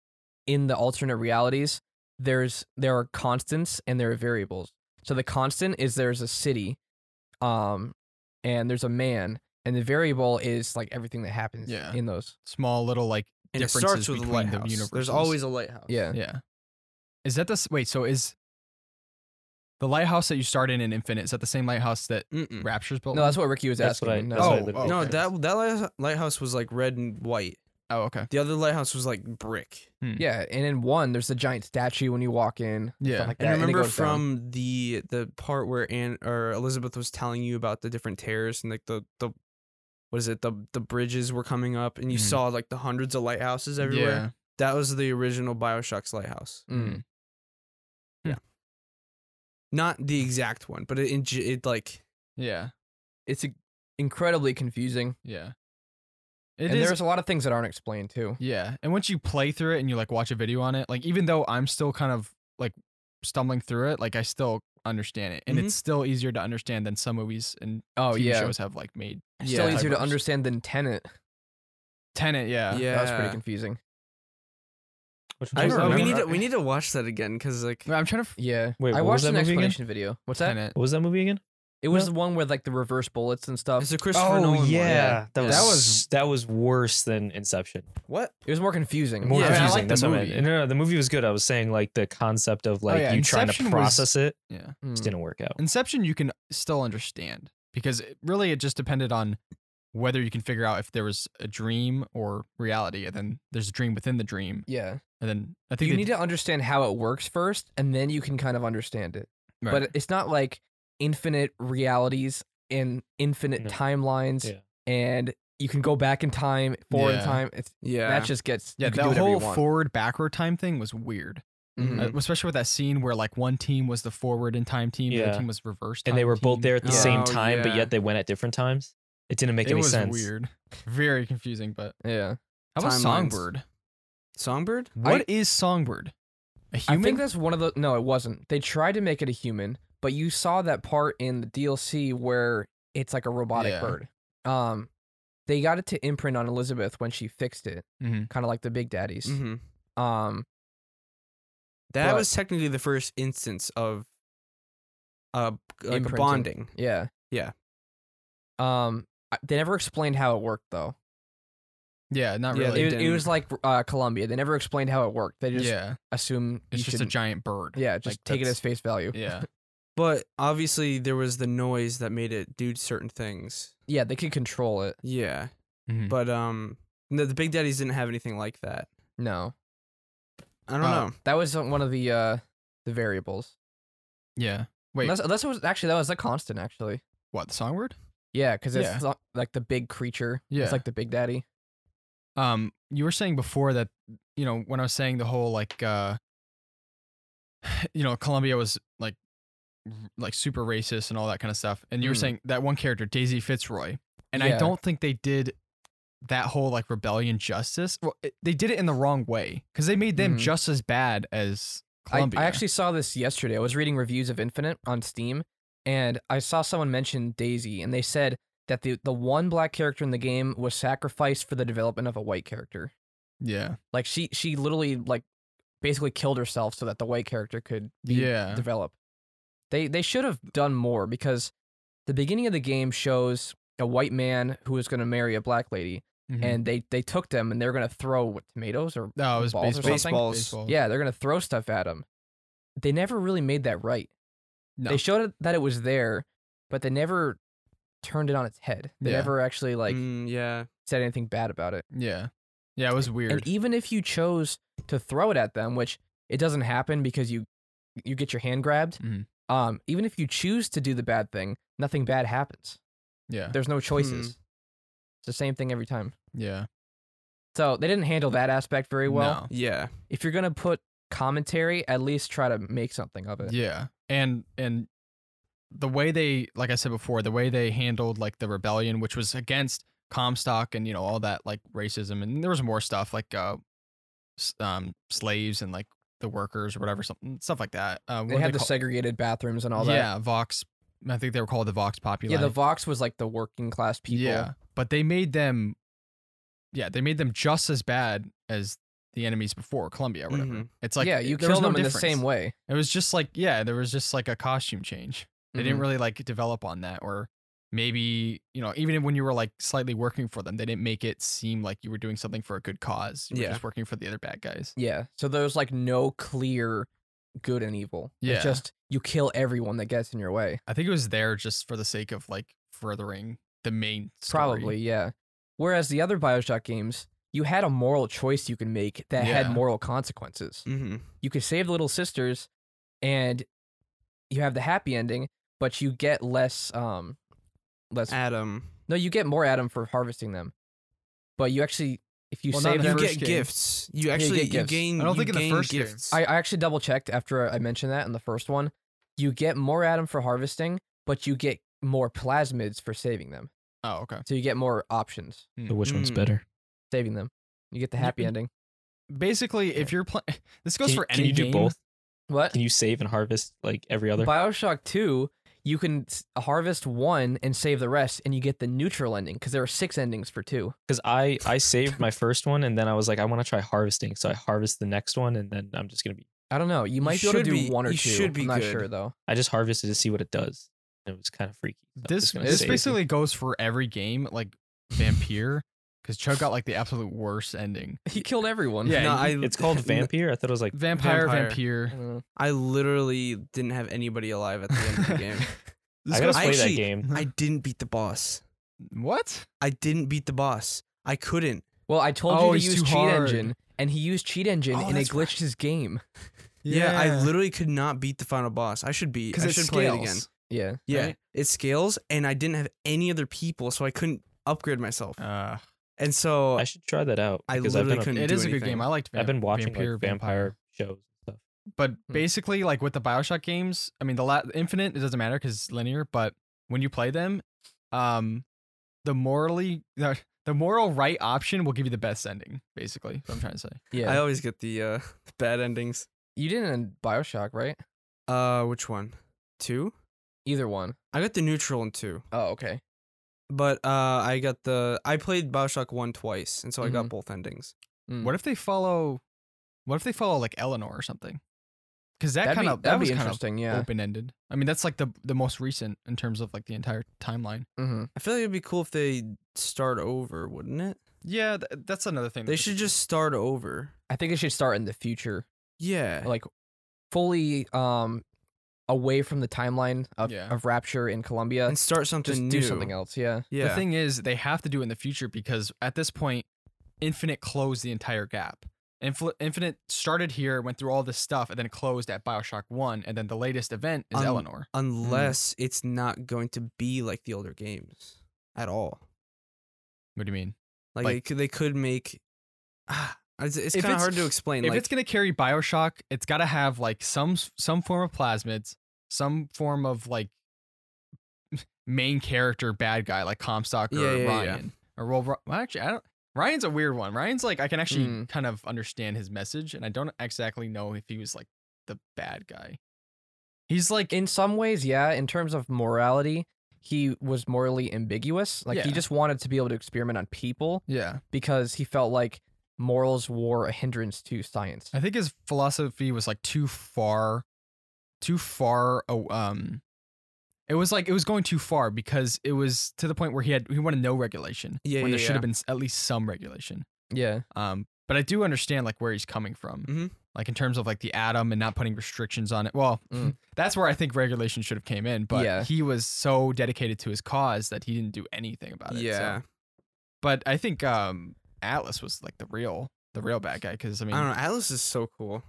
in the alternate realities, there's there are constants and there are variables. So the constant is there's a city, um, and there's a man, and the variable is like everything that happens
Yeah.
in those.
Small little like.
And it
Differences
starts with a
between the
lighthouse. There's
universes.
always a lighthouse.
Yeah.
Yeah. Is that the s- wait? So is the lighthouse that you start in in Infinite? Is that the same lighthouse that
Mm-mm.
Rapture's built?
No, that's what Ricky was
That's
asking.
what I.
no.
That's what I
Oh,
looked
oh,
at.
No,
okay.
that that lighthouse was like red and white.
Oh, okay.
The other lighthouse was like brick.
Yeah, and in one, there's a giant statue when you walk in.
Yeah.
stuff like
And
that, it
remember
goes down.
from the the part where Anne or Elizabeth was telling you about the different tears and like the the what is it the the bridges were coming up and you
Mhm.
saw like the hundreds of lighthouses everywhere. That was the original BioShock's lighthouse.
Mm.
Not the exact one, but it it, it like
Yeah. Yeah.
It's a- incredibly confusing,
Yeah. It
and
is-
there's a lot of things that aren't explained too.
Yeah. And once you play through it and you like watch a video on it, like even though I'm still kind of like stumbling through it, like I still understand it. And it's still easier to understand than some movies and
Mm-hmm. Oh
TV
yeah,
shows have like made.
still
Yeah.
easier to
Typos.
understand than Tenet.
Tenet, yeah.
yeah.
That was pretty confusing.
Which
I
one was
don't
that?
don't we
remember.
need to, we need to watch that again because like
I'm trying to f-
Yeah,
Wait,
I
what
watched
was that
an
movie again?
explanation video. What's that?
Tenet.
What was that movie again?
It was the one with like the reverse bullets and stuff.
it's a Christopher
oh
Nolan one.
yeah, That,
Yeah.
was,
That
that
was-
was worse than Inception.
What?
It was more confusing.
More
Yeah, I mean, I
confusing.
like
That's
the
what I meant.
movie.
No, no, the movie was good. I was saying like the concept of like
yeah,
you
Inception was-
trying to process it
Yeah.
Mm.
just didn't work out.
Inception you can still understand because it, really it just depended on whether you can figure out if there was a dream or reality and then there's a dream within the dream
Yeah,
and then I think
you
they-
need to understand how it works first, and then you can kind of understand it.
right.
But it's not like infinite realities and infinite
No.
timelines,
Yeah.
and you can go back in time, forward in
Yeah.
time. It's
Yeah.
that just gets
yeah,
you can do
that
whatever you
whole
want.
forward backward time thing was weird.
Mhm.
Uh, especially with that scene where like one team was the forward in time team, the
Yeah.
other team was reverse,
and they
time
were both
team.
there at the
Yeah.
same
Oh,
time,
yeah.
but yet they went at different times. It didn't make
it
any
was
sense.
weird, very confusing. But
Yeah,
how about
Timelines.
Songbird?
Songbird?
What is Songbird? A human?
I think that's one of the. No, it wasn't. They tried to make it a human, but you saw that part in the DLC where it's like a robotic
Yeah.
bird. Um, they got it to imprint on Elizabeth when she fixed it,
Mhm.
kind of like the Big Daddies.
Mm-hmm.
Um,
That
But-
was technically the first instance of uh like
Imprinting.
bonding.
yeah,
Yeah.
Um, I- they never explained how it worked though.
yeah, not
Yeah,
really.
they
It, it
didn't.
was like uh, Columbia. They never explained how it worked. They just
yeah,
assume you
it's just a
shouldn't-
giant bird.
Yeah, just
like,
take it
that's-
as face value.
yeah,
But obviously there was the noise that made it do certain things.
Yeah, they could control it.
Yeah.
Mhm.
But um no, the Big Daddies didn't have anything like that.
No,
I don't
Oh.
know.
that was one of the uh the variables.
yeah. Wait,
Unless, unless it was actually that was a constant actually.
what the Songbird?
Yeah, because it's
Yeah.
so- like the big creature.
Yeah.
it's like the big daddy.
Um, you were saying before that, you know, when I was saying the whole like, uh, you know, Colombia was like, r- like super racist and all that kind of stuff, and you were
Mm.
saying that one character, Daisy Fitzroy, and
Yeah.
I don't think they did that whole like rebellion justice. Well, it, they did it in the wrong way because they made them
Mhm.
just as bad as
I,
Colombia.
I actually saw this yesterday. I was reading reviews of Infinite on Steam, and I saw someone mention Daisy, and they said that the the one black character in the game was sacrificed for the development of a white character.
yeah,
Like she she literally like basically killed herself so that the white character could be
yeah,
develop. They they should have done more because the beginning of the game shows a white man who is going to marry a black lady,
Mhm.
and they they took them and they're going to throw what, tomatoes or
no, Oh, it was
balls or
baseball.
something?
Baseballs.
Oh.
yeah, they're gonna throw stuff at him. They never really made that right.
No.
They showed it- that it was there, but they never turned it on its head. They
Yeah.
never actually like
Mm, yeah.
said anything bad about it.
yeah, yeah. It was weird.
And e even if you chose to throw it at them, which it doesn't happen because you you get your hand grabbed.
Mhm.
Um, even if you choose to do the bad thing, nothing bad happens.
yeah,
There's no choices. It's the same thing every time.
yeah.
So they didn't handle that aspect very well.
No.
Yeah.
If you're gonna put commentary, at least try to make something of it.
Yeah. And and the way they like I said before, the way they handled like the rebellion, which was against Comstock and you know all that like racism and there was more stuff like uh s- um slaves and like the workers or whatever something stuff like that. Uh, what
They
are
had the
call-
segregated bathrooms and all that.
Yeah, Vox I think they were called the Vox Populi.
Yeah, the Vox was like the working class people.
Yeah. But they made them yeah, they made them just as bad as the enemies before Colombia or whatever.
Mhm.
It's like
Mm-hmm. yeah, you
there was
kill
no
them in the
difference.
same way.
It was just like yeah, there was just like a costume change. They didn't
Mhm.
really like develop on that, or maybe you know even when you were like slightly working for them, they didn't make it seem like you were doing something for a good cause. You
Yeah.
were just working for the other bad guys.
Yeah. So there's like no clear good and evil.
Yeah.
It's just you kill everyone that gets in your way.
I think it was there just for the sake of like furthering the main story.
Probably, yeah. Whereas the other Bioshock games, you had a moral choice you could make that
Yeah.
had moral consequences.
Mm-hmm.
You could save the little sisters, and you have the happy ending, but you get less um, less.
Adam,
no, you get more Adam for harvesting them, but you actually if you
Well, not
save
in the
you
them,
get
first game.
gifts. You
you
actually
get
you,
gifts.
gain.
I don't
you
think in the
gain
first game.
gifts.
I, I actually double checked after I mentioned that in the first one. You get more Adam for harvesting, but you get more plasmids for saving them.
Oh, okay.
So you get more options
So which one's
Mm.
better?
saving them. You get the happy
You-
ending.
Basically, if you're playing, this goes
Can,
for
can
any
you do
game.
both?
What?
Can you save and harvest like every other?
Bioshock 2, you can s- harvest one and save the rest, and you get the neutral ending because there are six endings for two.
Because I I saved my first one and then I was like I want to try harvesting, so I harvest the next one and then I'm just gonna be
I don't know. You might be able
should
to do
be-
one or
you
two.
should be
I'm not
good.
sure though.
I just harvested to see what it does. It was kind of freaky. so I'm
This
just gonna
this
save.
basically goes for every game, like Vampire, because Chug got like the absolute worst ending.
He killed everyone.
Yeah,
no,
you-
I,
it's called vampire. I thought it was like
Vampire,
Vampire.
I
Vampire.
don't know.
I literally didn't have anybody alive at the end of the game.
I
This
gotta
goes
play
actually-
that game.
I didn't beat the boss.
what?
I didn't beat the boss. I couldn't.
Well, I told you to
Oh, he's
use
too
Cheat
hard.
Engine, and he used Cheat Engine,
Oh,
and it
that's
glitched
right.
his game.
Yeah, I literally could not beat the final boss. I should be. I
because
should
it scales.
play it again.
Yeah.
Yeah,
right?
it scales, and I didn't have any other people, so I couldn't upgrade myself.
Oh.
Uh,
And so
I should try that out.
I
because I've
literally
been a-
couldn't
it
do
is a good
anything.
game. I liked. Vamp-
I've been watching
Vampire,
like, vampire shows and stuff.
But
Hmm.
basically, like with the Bioshock games, I mean, the la- Infinite it doesn't matter because it's linear. But when you play them, um, the morally the, the moral right option will give you the best ending. Basically, is what I'm trying to say.
Yeah.
I always get the uh, bad endings.
you didn't in Bioshock, right?
Uh, which one? Two.
Either one.
I got the neutral in two,
Oh, okay.
but uh, I got the I played Bioshock one twice, and so I got
Mhm.
both endings.
Mm.
What if they follow? What if they follow like Eleanor or something? Because that
That'd
kind
be-
of
that'd
that was
be
kind of
interesting. yeah.
open ended. I mean, that's like the the most recent in terms of like the entire timeline.
Mm-hmm.
I feel like it'd be cool if they start over, wouldn't it?
Yeah, th- that's another thing.
They should just start over.
I think it should start in the future,
Yeah.
like fully um away from the timeline of,
Yeah.
of Rapture in Colombia.
and start something
Just
new.
do something else. Yeah.
Yeah.
The thing is, they have to do it in the future because at this point, Infinite closed the entire gap. Infl- Infinite started here, went through all this stuff, and then closed at Bioshock One, and then the latest event is
Um,
Eleanor.
Unless
Mm-hmm.
it's not going to be like the older games at all.
What do you mean?
Like,
Like-
they, could, they could make. Ah, it's it's
If
kind of
it's-
hard to explain.
if
like,
it's gonna carry Bioshock, it's gotta have like some s- some form of plasmids, some form of like main character bad guy like Comstock or
Yeah, yeah, yeah.
Ryan or well, Ri- well, actually I don't. Ryan's a weird one. Ryan's like I can actually
Hmm.
Mm.
kind of understand his message, and I don't exactly know if he was like the bad guy. He's like
In some ways, yeah. In terms of morality, he was morally ambiguous. Like he
Yeah.
just wanted to be able to experiment on people
yeah.
because he felt like morals were a hindrance to science.
I think his philosophy was like too far, too far. Oh, um, it was like it was going too far because it was to the point where he had he wanted no regulation.
Yeah,
when there
yeah,
should
yeah.
have been s- at least some regulation.
Yeah.
Um, but I do understand like where he's coming from,
Mhm.
like in terms of like the atom and not putting restrictions on it. Well,
Mm.
that's where I think regulation should have came in. But
Yeah.
he was so dedicated to his cause that he didn't do anything about it.
uh,
so-
yeah.
But I think um, Atlas was like the real the real bad guy because I mean
I don't know. Atlas is so cool.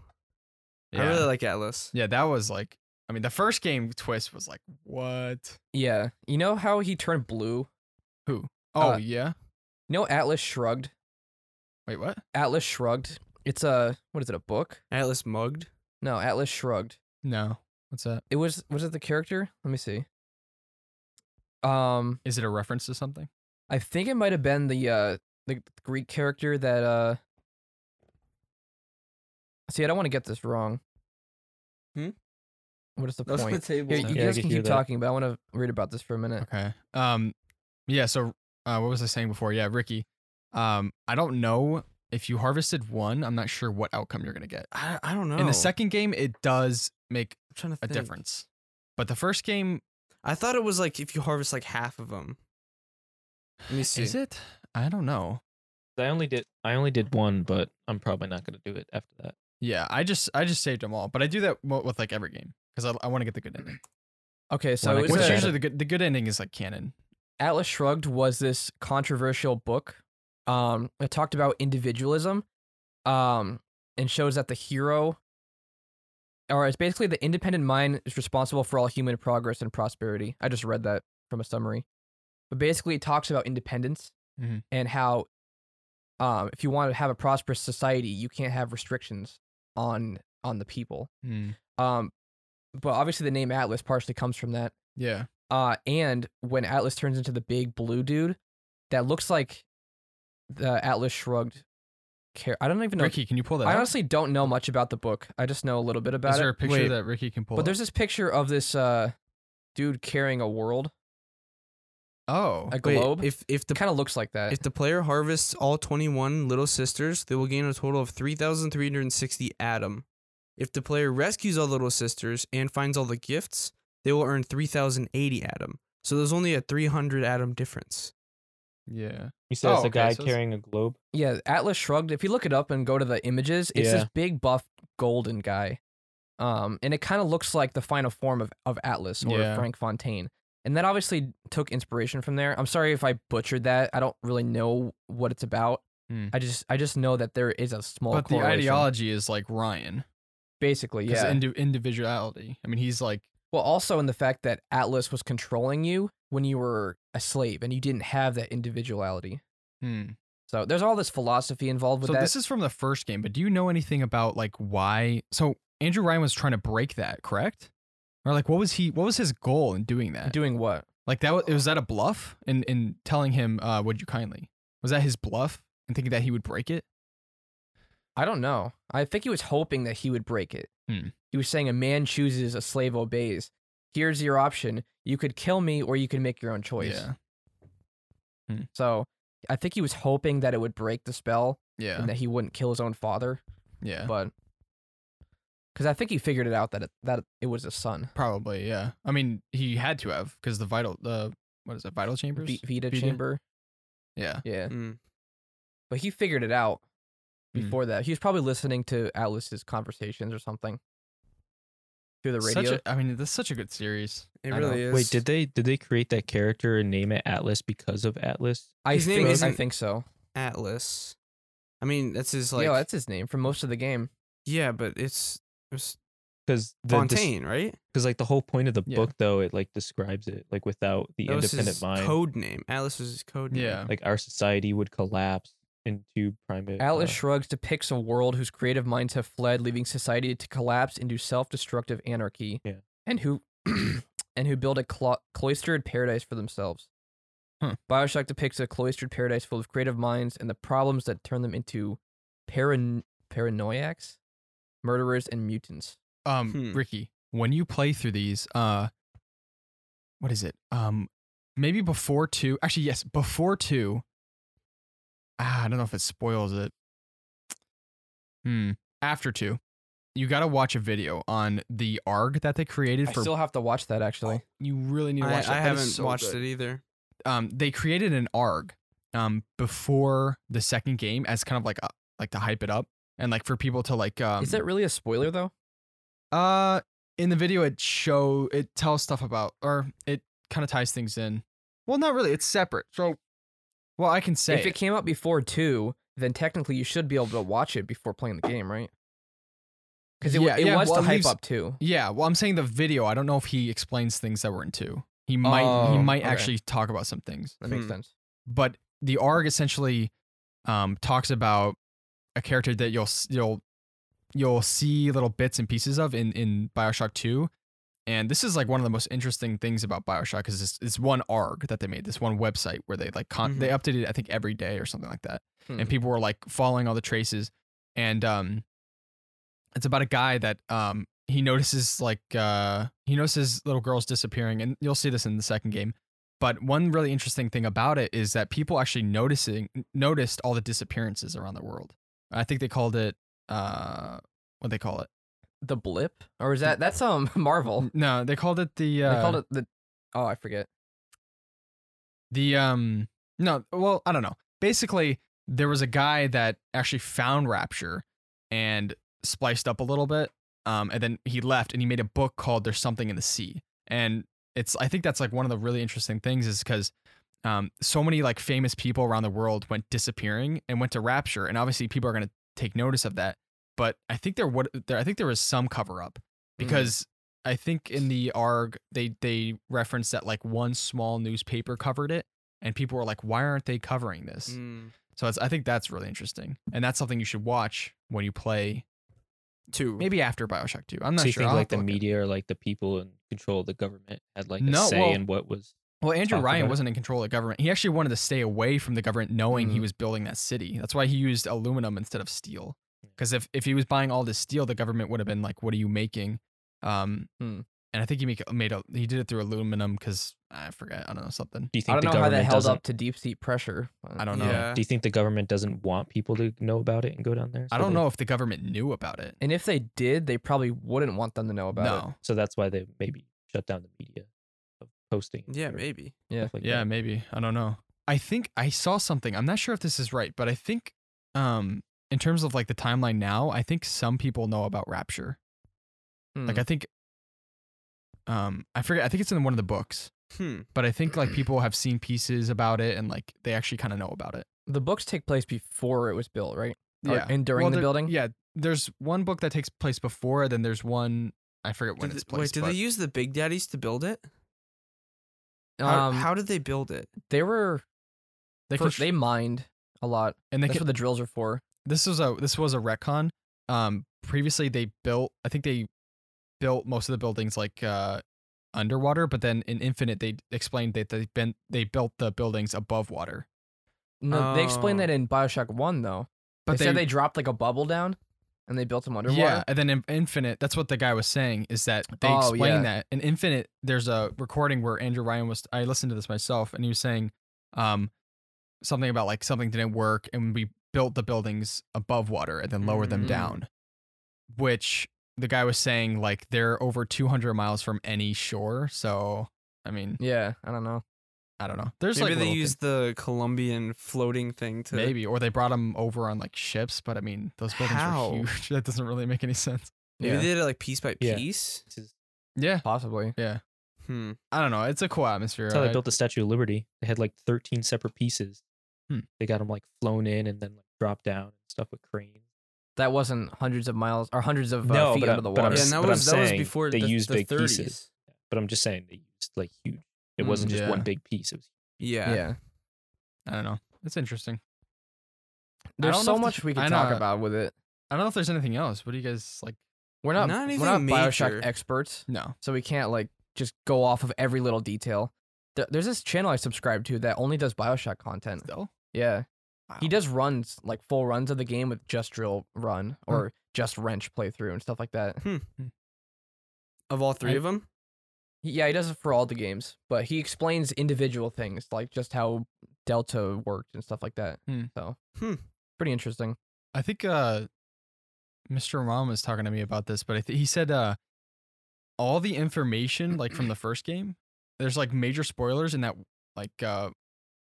yeah.
I really like Atlas.
Yeah, that was like, I mean, the first game twist was like, what?
Yeah. You know how he turned blue?
Oh
Uh,
yeah.
You know Atlas shrugged.
Wait, what?
Atlas shrugged. It's a what is it? A book?
Atlas mugged.
No, Atlas shrugged.
No. What's that?
It was was it the character? Let me see. Um,
Is it a reference to something?
I think it might have been the uh the Greek character that uh. See, I don't want to get this wrong.
Hmm?
What is the
Those are the
point?
tables.
Here, you
now.
Yeah, I
guys
can
can
hear
keep
that.
talking, but I want to read about this for a minute.
Okay. Um, yeah. So, uh, what was I saying before? Yeah, Ricky. Um, I don't know if you harvested one. I'm not sure what outcome you're gonna get.
I, I don't know.
In the second game, it does make
I'm trying to
a
think.
difference, but the first game
I thought it was like if you harvest like half of them. Let me see.
is it? I don't know.
I only did I only did one, but I'm probably not gonna do it after that.
Yeah, I just I just saved them all, but I do that mo- with like every game because I, I want to get the good ending.
Okay, so
Wanna
it was
keep
What's
a-
that?
usually the good the good ending is like canon.
Atlas Shrugged was this controversial book Um, it talked about individualism, um, and shows that the hero, or it's basically the independent mind is responsible for all human progress and prosperity. I just read that from a summary, but basically it talks about independence
Mhm.
and how, um, if you want to have a prosperous society, you can't have restrictions on on the people.
Hmm.
Um, but obviously the name Atlas partially comes from that.
Yeah.
Uh, and when Atlas turns into the big blue dude, that looks like the Atlas shrugged. Care. I don't even know.
Ricky, can you pull that?
I
up?
honestly don't know much about the book. I just know a little bit about
Is there
it.
a picture
Wait.
that Ricky can pull?
But there's this picture of this uh, dude carrying a world,
up? oh
a
Wait,
globe.
if if the
it kind of looks like that.
if the player harvests all 21 little sisters, they will gain a total of 3,360 atom. If the player rescues all little sisters and finds all the gifts, they will earn 3,080 atom. So there's only a 300 atom difference.
yeah.
You said it's
Oh,
a
okay,
guy
so it's-
carrying a globe.
yeah, Atlas shrugged. If you look it up and go to the images, it's
Yeah.
this big buff golden guy. Um, and it kind of looks like the final form of, of Atlas or
Yeah.
Frank Fontaine. And that obviously took inspiration from there. I'm sorry if I butchered that. I don't really know what it's about.
Hmm.
I just I just know that there is a small
But the
correlation.
ideology is like Ryan.
basically,
Because
yeah.
indi- individuality. I mean, he's like,
well, also in the fact that Atlas was controlling you when you were a slave and you didn't have that individuality.
hmm.
So there's all this philosophy involved with
So
that.
this is from the first game, but do you know anything about like why? So Andrew Ryan was trying to break that, correct? Or like, what was he? What was his goal in doing that?
doing what?
like that was, was that a bluff? In in telling him, uh, would you kindly? Was that his bluff? And thinking that he would break it?
I don't know. I think he was hoping that he would break it.
Hmm.
He was saying a man chooses, a slave obeys. Here's your option. You could kill me or you can make your own choice.
Yeah.
So I think he was hoping that it would break the spell
Yeah.
and that he wouldn't kill his own father.
Yeah.
But because I think he figured it out that it, that it was his son.
Probably. Yeah. I mean, he had to have because the vital the what is it? Vital chambers.
V- Vita,
Vita?
chamber.
yeah.
Yeah.
Mm.
But he figured it out
Hmm.
before that. He was probably listening to Atlas's conversations or something through the
Such
radio.
a- I mean, this is such a good series.
It
I know.
really is.
Wait, did they did they create that character and name it Atlas because of Atlas?
I
His name
think, I
isn't-
think so.
Atlas? I mean, that's his like.
yeah,
Yeah,
that's his name for most of the game.
but it's, it's
Because
Fontaine, right?
Because like the whole point of the
Yeah.
book though, it like describes it like without the
That was
independent
his
mind,
code name. Atlas was his code name.
Yeah.
like our society would collapse into primate.
Atlas
uh,
Shrugs depicts a world whose creative minds have fled, leaving society to collapse into self-destructive anarchy.
Yeah.
And who and who build a clo- cloistered paradise for themselves. Hmm.
Huh.
BioShock depicts a cloistered paradise full of creative minds and the problems that turn them into paran- paranoiacs, murderers and mutants.
um
Hmm.
ricky when you play through these uh what is it um maybe before two actually yes before two ah, i don't know if it spoils it hmm after two you gotta watch a video on the arg that they created
I
for
still have to watch that actually.
you really need to
I,
watch that.
I
That is
haven't
so
watched
good
it either.
um, they created an ARG um, before the second game as kind of like a, like to hype it up and like for people to like um,
Is that really a spoiler though?
uh in the video it show it tells stuff about or it kind of ties things in. Well, not really. It's separate. So well, I can say
if it came out before 2, then technically you should be able to watch it before playing the game, right? Because it, wa-
Yeah,
it
yeah,
was
well,
to
it
hype
leaves-
up too.
Yeah, well, I'm saying the video. I don't know if he explains things that were in two. He might he
Oh,
might
okay.
actually talk about some things.
That makes
Hmm.
sense.
but the arg essentially um, talks about a character that you'll s- you'll you'll see little bits and pieces of in in Bioshock Two, and this is like one of the most interesting things about Bioshock is this, this one arg that they made, this one website where they like con- they updated it, I think every day or something like that,
Hmm.
and people were like following all the traces, and um, it's about a guy that um he notices like uh he notices little girls disappearing, and you'll see this in the second game. But one really interesting thing about it is that people actually noticing noticed all the disappearances around the world. I think they called it uh what they call it?
The blip, or is that that's um Marvel?
No, they called it the uh,
They called it the. Oh, I forget.
the um no well I don't know. Basically, there was a guy that actually found Rapture and spliced up a little bit, um, and then he left and he made a book called "There's Something in the Sea," and it's I think that's like one of the really interesting things is because um, so many like famous people around the world went disappearing and went to Rapture, and obviously people are going to take notice of that. But I think there what there I think there was some cover up because I think in the ARG they they referenced that like one small newspaper covered it, and people were like, why aren't they covering this?
Mm.
So it's, I think that's really interesting, and that's something you should watch when you play.
Two.
Maybe after Bioshock Two, I'm not
so you
sure.
think
I'll have
like
to
the
look at it.
media or like the people in control of the government had like a
No,
say
well-
in what was
Well, Andrew
talk
Ryan
about it.
wasn't in control of the government. He actually wanted to stay away from the government, knowing
Mm-hmm.
he was building that city. That's why he used aluminum instead of steel. Because if, if he was buying all this steel, the government would have been like, "What are you making?" Um,
Hmm.
And I think he make, made a he did it through aluminum because I forget I don't know something.
do you
I don't
think the
know how
government
that held
doesn't
up to deep sea pressure.
I don't know.
Yeah.
do you think the government doesn't want people to know about it and go down there
I
So
don't
they-
know if the government knew about it.
And if they did, they probably wouldn't want them to know about it.
No.
so that's why they maybe shut down the media of posting it
Yeah,
or
maybe.
Yeah.
stuff like
yeah,
that.
maybe. I don't know. I think I saw something. I'm not sure if this is right, but I think um in terms of like the timeline now, I think some people know about Rapture. Like
Hmm.
I think um I forget I think it's in one of the books,
Hmm.
but I think like people have seen pieces about it and like they actually kind of know about it.
the books take place before it was built, right? Or-
Yeah.
and during
Well,
the
there-
building.
Yeah, there's one book that takes place before then there's one I forget when
Did
it's
they- wait,
placed.
did
but
they use the Big Daddies to build it? How,
Um,
how did they build it?
they were
they,
for-
constr-
they mined a lot.
and they
That's
con-
what the drills are for.
this was a this was a retcon. Um, previously they built I think they built most of the buildings like uh underwater, but then in Infinite they explained that they been they built the buildings above water.
No, they explained
Oh.
that in Bioshock One though.
But
they, said they dropped like a bubble down, and they built them underwater.
Yeah, and then in Infinite, that's what the guy was saying is that they
Oh,
explain
yeah.
that in Infinite. There's a recording where Andrew Ryan was. I listened to this myself, and he was saying, um, something about like something didn't work, and we built the buildings above water and then lowered
Mm.
them
Mhm.
down, which the guy was saying like they're over 200 miles from any shore. So I mean,
Yeah, I don't know.
I don't know. There's
Maybe
like
they
little
used the Colombian floating thing to.
thing- maybe or they brought them over on like ships, but I mean those buildings
How?
were huge. that doesn't really make any sense.
Maybe
Yeah.
they did it like piece by
Yeah.
piece.
This is-
Yeah.
Possibly.
Hmm.
I don't know. It's a cool atmosphere.
that's how they
I-
built the statue of liberty they had like 13 separate pieces
Hmm.
they got them like flown in and then like dropped down and stuff with cranes
That wasn't hundreds of miles or hundreds of uh,
No,
feet
but I-
under the
but
water.
I'm
yeah,
s-
and that
but I'm
was that was
saying
before
they
the,
used
the
big
30s.
pieces. but i'm just saying they used like huge it
Mm,
wasn't just one
yeah.
big piece it was
Yeah.
yeah.
I don't know. It's interesting.
There's
don't know
so
if
much
this-
we
I
could talk
know.
about with it.
I don't know if there's anything else. What do you guys like?
We're not,
Not
we're
anything
not
major.
Bioshock experts,
No.
so we can't like just go off of every little detail. There- There's this channel I subscribe to that only does Bioshock content.
Still?
Yeah. He
Wow.
does runs, like full runs of the game with just drill run or just wrench playthrough and stuff like that.
Of all three
I-
of them,
He- yeah, he does it for all the games, but he explains individual things, like just how Delta worked and stuff like that.
Hmm.
So,
Hmm.
pretty interesting.
I think uh, Mr. Rom was talking to me about this, but I th- he said uh, all the information like from the first game, there's like major spoilers in that like uh,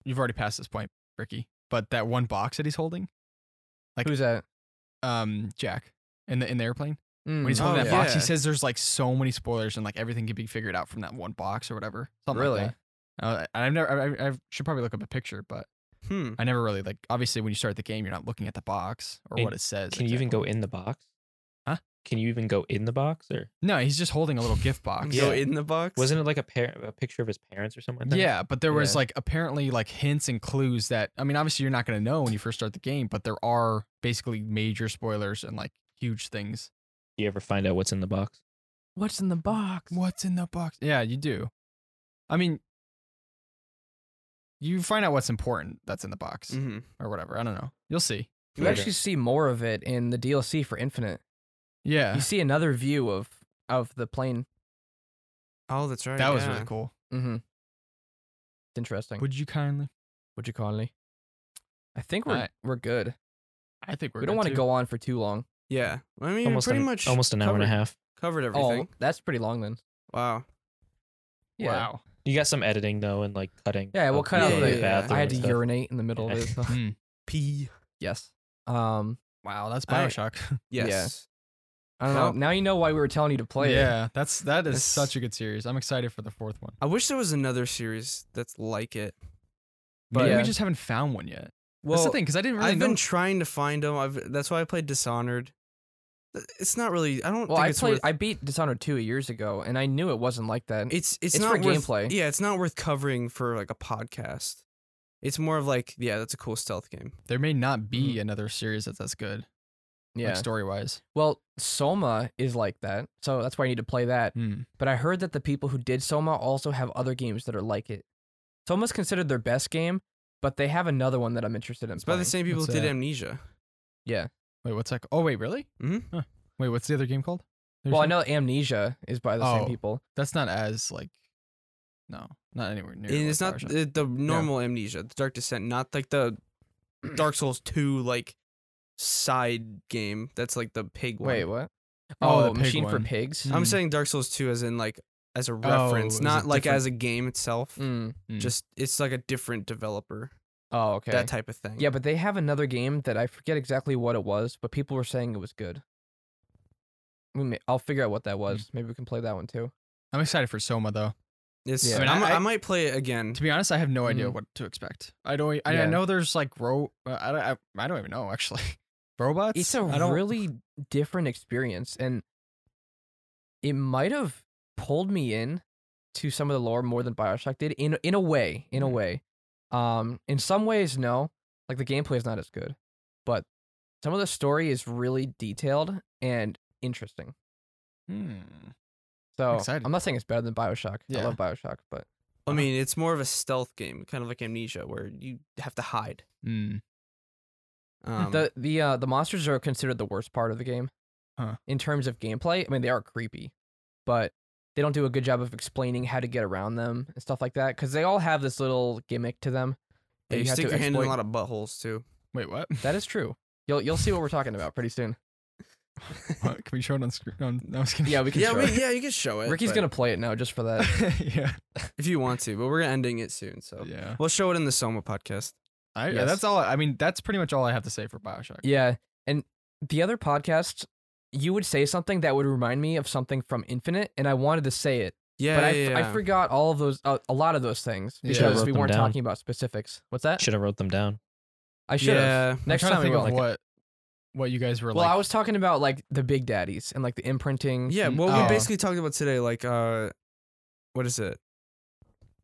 you've already passed this point, Ricky. But that one box that he's holding, Like-
Who's that?
um, Jack in the in the airplane
Mm,
when he's holding
Oh,
that box, he
yeah.
says there's like so many spoilers and like everything can be figured out from that one box or whatever. Something like
Really?
that. Uh, I- I've never. I, I should probably look up a picture, but
hmm.
I never really like. Obviously, when you start the game, you're not looking at the box or
And
what it says.
Can you even
exactly.
go in the box?
Huh?
Can you even go in the box or
No, he's just holding a little gift box.
Go
Yeah.
in the box.
wasn't it like a pair a picture of his parents or something like that?
Yeah, but there was
Yeah.
like apparently like hints and clues that I mean, obviously you're not gonna know when you first start the game, but there are basically major spoilers and like huge things.
Do you ever find out what's in the box?
What's in the box?
What's in the box? Yeah, you do. I mean, you find out what's important that's in the box
hmm
or whatever. I don't know. You'll see.
You
Okay.
actually see more of it in the DLC for Infinite.
Yeah,
You see another view of of the plane.
Oh, that's right.
that was
yeah.
really cool.
Mm-hmm. It's interesting. Would,
Would you kindly?
you call me? I think we're
Alright.
we're good.
I think we're
we don't
good
want to
too.
go on for too long.
Yeah. I mean,
almost
pretty
an,
much
almost an hour and a
covered-
half.
Covered everything.
Oh, that's pretty long then.
Wow.
Yeah.
Wow.
You got some editing though and like cutting.
Yeah, we'll
of
cut
people
out
in
yeah,
the. uh,
yeah, yeah.
bathroom
I had
and
to
stuff.
urinate in the middle of it. so-
Mm.
P.
yes. Um.
Wow, that's
I-
Bioshock.
Yes.
I don't
Well-
know. Now you know why we were telling you to play it.
yeah, that's that is
That's-
such a good series. I'm excited for the fourth one.
I wish there was another series that's like it.
But
Yeah.
we just haven't found one yet.
Well,
That's the thing, because I didn't really
I've
know.
been trying to find them. I've that's why I played Dishonored. Th- It's not really. I don't
Well,
think
I
it's
played.
worth.
I beat Dishonored two years ago, and I knew it wasn't like that.
it's it's,
it's
not
for
worth,
gameplay.
Yeah, it's not worth covering for like a podcast. It's more of like, yeah, that's a cool stealth game.
there may not be another series that's as good,
yeah.
like story wise.
well, Soma is like that, so that's why I need to play that.
Hmm.
But I heard that the people who did Soma also have other games that are like it. Soma's considered their best game, but they have another one that I'm interested in.
It's by the
playing.
same people who
What's
did
that?
Amnesia.
Yeah.
Wait, what's that? Oh, wait, really?
Mhm.
Huh. Wait, what's the other game called? There's
Well, I
a-
know Amnesia is by the
Oh.
same people.
that's not as like, no, not anywhere near.
And
like
it's not
Bioshock.
the, the normal Amnesia, the Dark Descent, not like the Dark Souls two like side game. That's like the pig one.
Wait, what? Hmm.
Oh, the pig
Machine for
one.
Pigs.
I'm
Mm.
saying Dark Souls two as in like as a
Oh,
reference,
as a
not like
different-
as a game itself.
Mm.
Mm.
Just it's like a different developer,
Oh, okay.
that type of thing.
Yeah, but they have another game that I forget exactly what it was, but people were saying it was good. We may, I'll figure out what
Hmm.
that was. Maybe we can play that one too.
I'm excited for Soma though.
It's, I,
Yeah. I
mean,
mean,
I'm- I,
I-
might play it again.
To be honest, I have no idea
Mm.
what to expect. I don't. e, I, I
Yeah.
know there's like ro. uh, I don't. I, I don't even know actually. Robots.
It's a
a don't,
really different experience, and it might have pulled me in to some of the lore more than Bioshock did. In in a way, in a
Mhm.
way. Um, in some ways, no. Like the gameplay is not as good, but some of the story is really detailed and interesting.
Hmm.
So
excited.
I'm not saying it's better than Bioshock. I
Yeah.
love Bioshock, but
I mean, it's more of a stealth game, kind of like Amnesia, where you have to hide.
Mm.
Um,
the the uh, the monsters are considered the worst part of the game
Huh.
in terms of gameplay. I mean, they are creepy, but they don't do a good job of explaining how to get around them and stuff like that because they all have this little gimmick to them. that
you, stick
to
your hand in a
exploit.
lot of buttholes too.
Wait, what?
that is true. You'll you'll see what we're talking about pretty soon.
what? Can we show it on screen? No, I'm- I was kidding.
Yeah, we can.
Yeah,
show
we,
it.
yeah, you can show it.
Ricky's
but-
gonna play it now just for that.
yeah.
if you want to, but we're ending it soon, so
Yeah.
we'll show it in the Soma podcast.
I, yeah,
Yes.
that's all. I mean, that's pretty much all I have to say for Bioshock.
yeah, and the other podcast, you would say something that would remind me of something from Infinite, and I wanted to say it,
Yeah,
but I,
yeah,
f- I
yeah.
forgot all of those, uh, a lot of those things
Yeah.
because
Should've
we
wrote them
weren't
down.
talking about specifics. What's that?
Should have wrote them down.
I should have.
Yeah. I'm
Next
I'm trying
time we
to
will.
think of what what you guys were
well,
like.
I was talking about like the big daddies and like the imprinting.
Yeah, well,
Oh.
we basically talked about today, like, uh, what is it?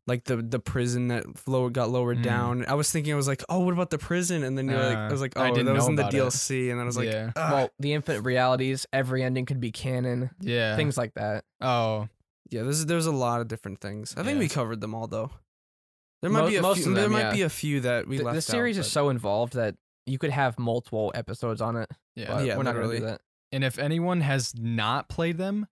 Like the the prison that lower got lowered
Mm.
down. I was thinking, I was like, oh, what about the prison? And then you're like, I
Uh,
was like, oh,
I didn't
that was
know
in the
about it.
DLC, and then I was like,
yeah,
ah,
Well, the infinite realities. Every ending could be canon.
yeah.
Things like that.
Oh,
yeah, there's there's a lot of different things. I think
Yeah.
we covered them all though. There might
Mo-
be a
most
few,
of
there
them,
might
yeah.
be a few that we
The,
left.
the series is so involved that you could have multiple episodes on it.
yeah.
But
Yeah,
we're not going to do
literally.
that.
And if anyone has not played them,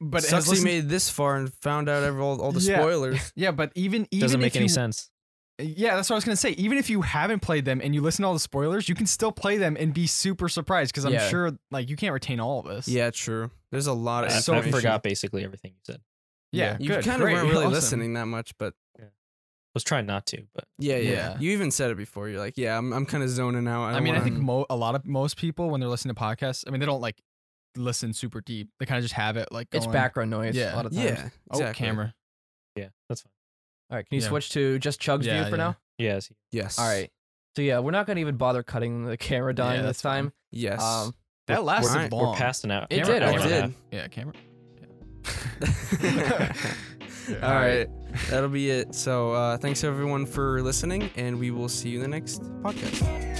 but
but
Sucks
has
he
listened,
made it this far and found out every, all, all the
Yeah.
spoilers.
yeah, but even even
Doesn't make
if
any
you-
sense.
Yeah, that's what I was gonna say. Even if you haven't played them and you listen to all the spoilers, you can still play them and be super surprised because I'm
Yeah.
sure like you can't retain all of this.
yeah, true. There's a lot of
I,
so
I
information.
forgot basically everything you said.
yeah.
You
good,
kind
great,
of weren't really
awesome.
listening that much, but
Was trying not to, but
Yeah, yeah,
Yeah.
You even said it before. You're like, yeah, I'm, I'm kind of zoning out.
I,
don't
mean, I
wanna-
think mo- a lot of most people when they're listening to podcasts, I mean, they don't like listen super deep. They kind of just have it like
It's
going,
background noise.
Yeah.
A lot of times.
yeah,
Oh,
exactly.
camera.
yeah, that's fine.
All right. Can you
Yeah.
switch to just Chug's
Yeah,
view for
yeah.
now?
Yeah, see,
Yes.
All right. So yeah, we're not going to even bother cutting the camera down
Yeah,
this
that's fine.
time.
Yes.
Um,
That lasted
alright,
long.
we're past an hour.
It
hour
did,
and
it
a
did.
half.
Yeah, camera.
All right. That'll be it. So uh, thanks everyone for listening, and we will see you in the next podcast.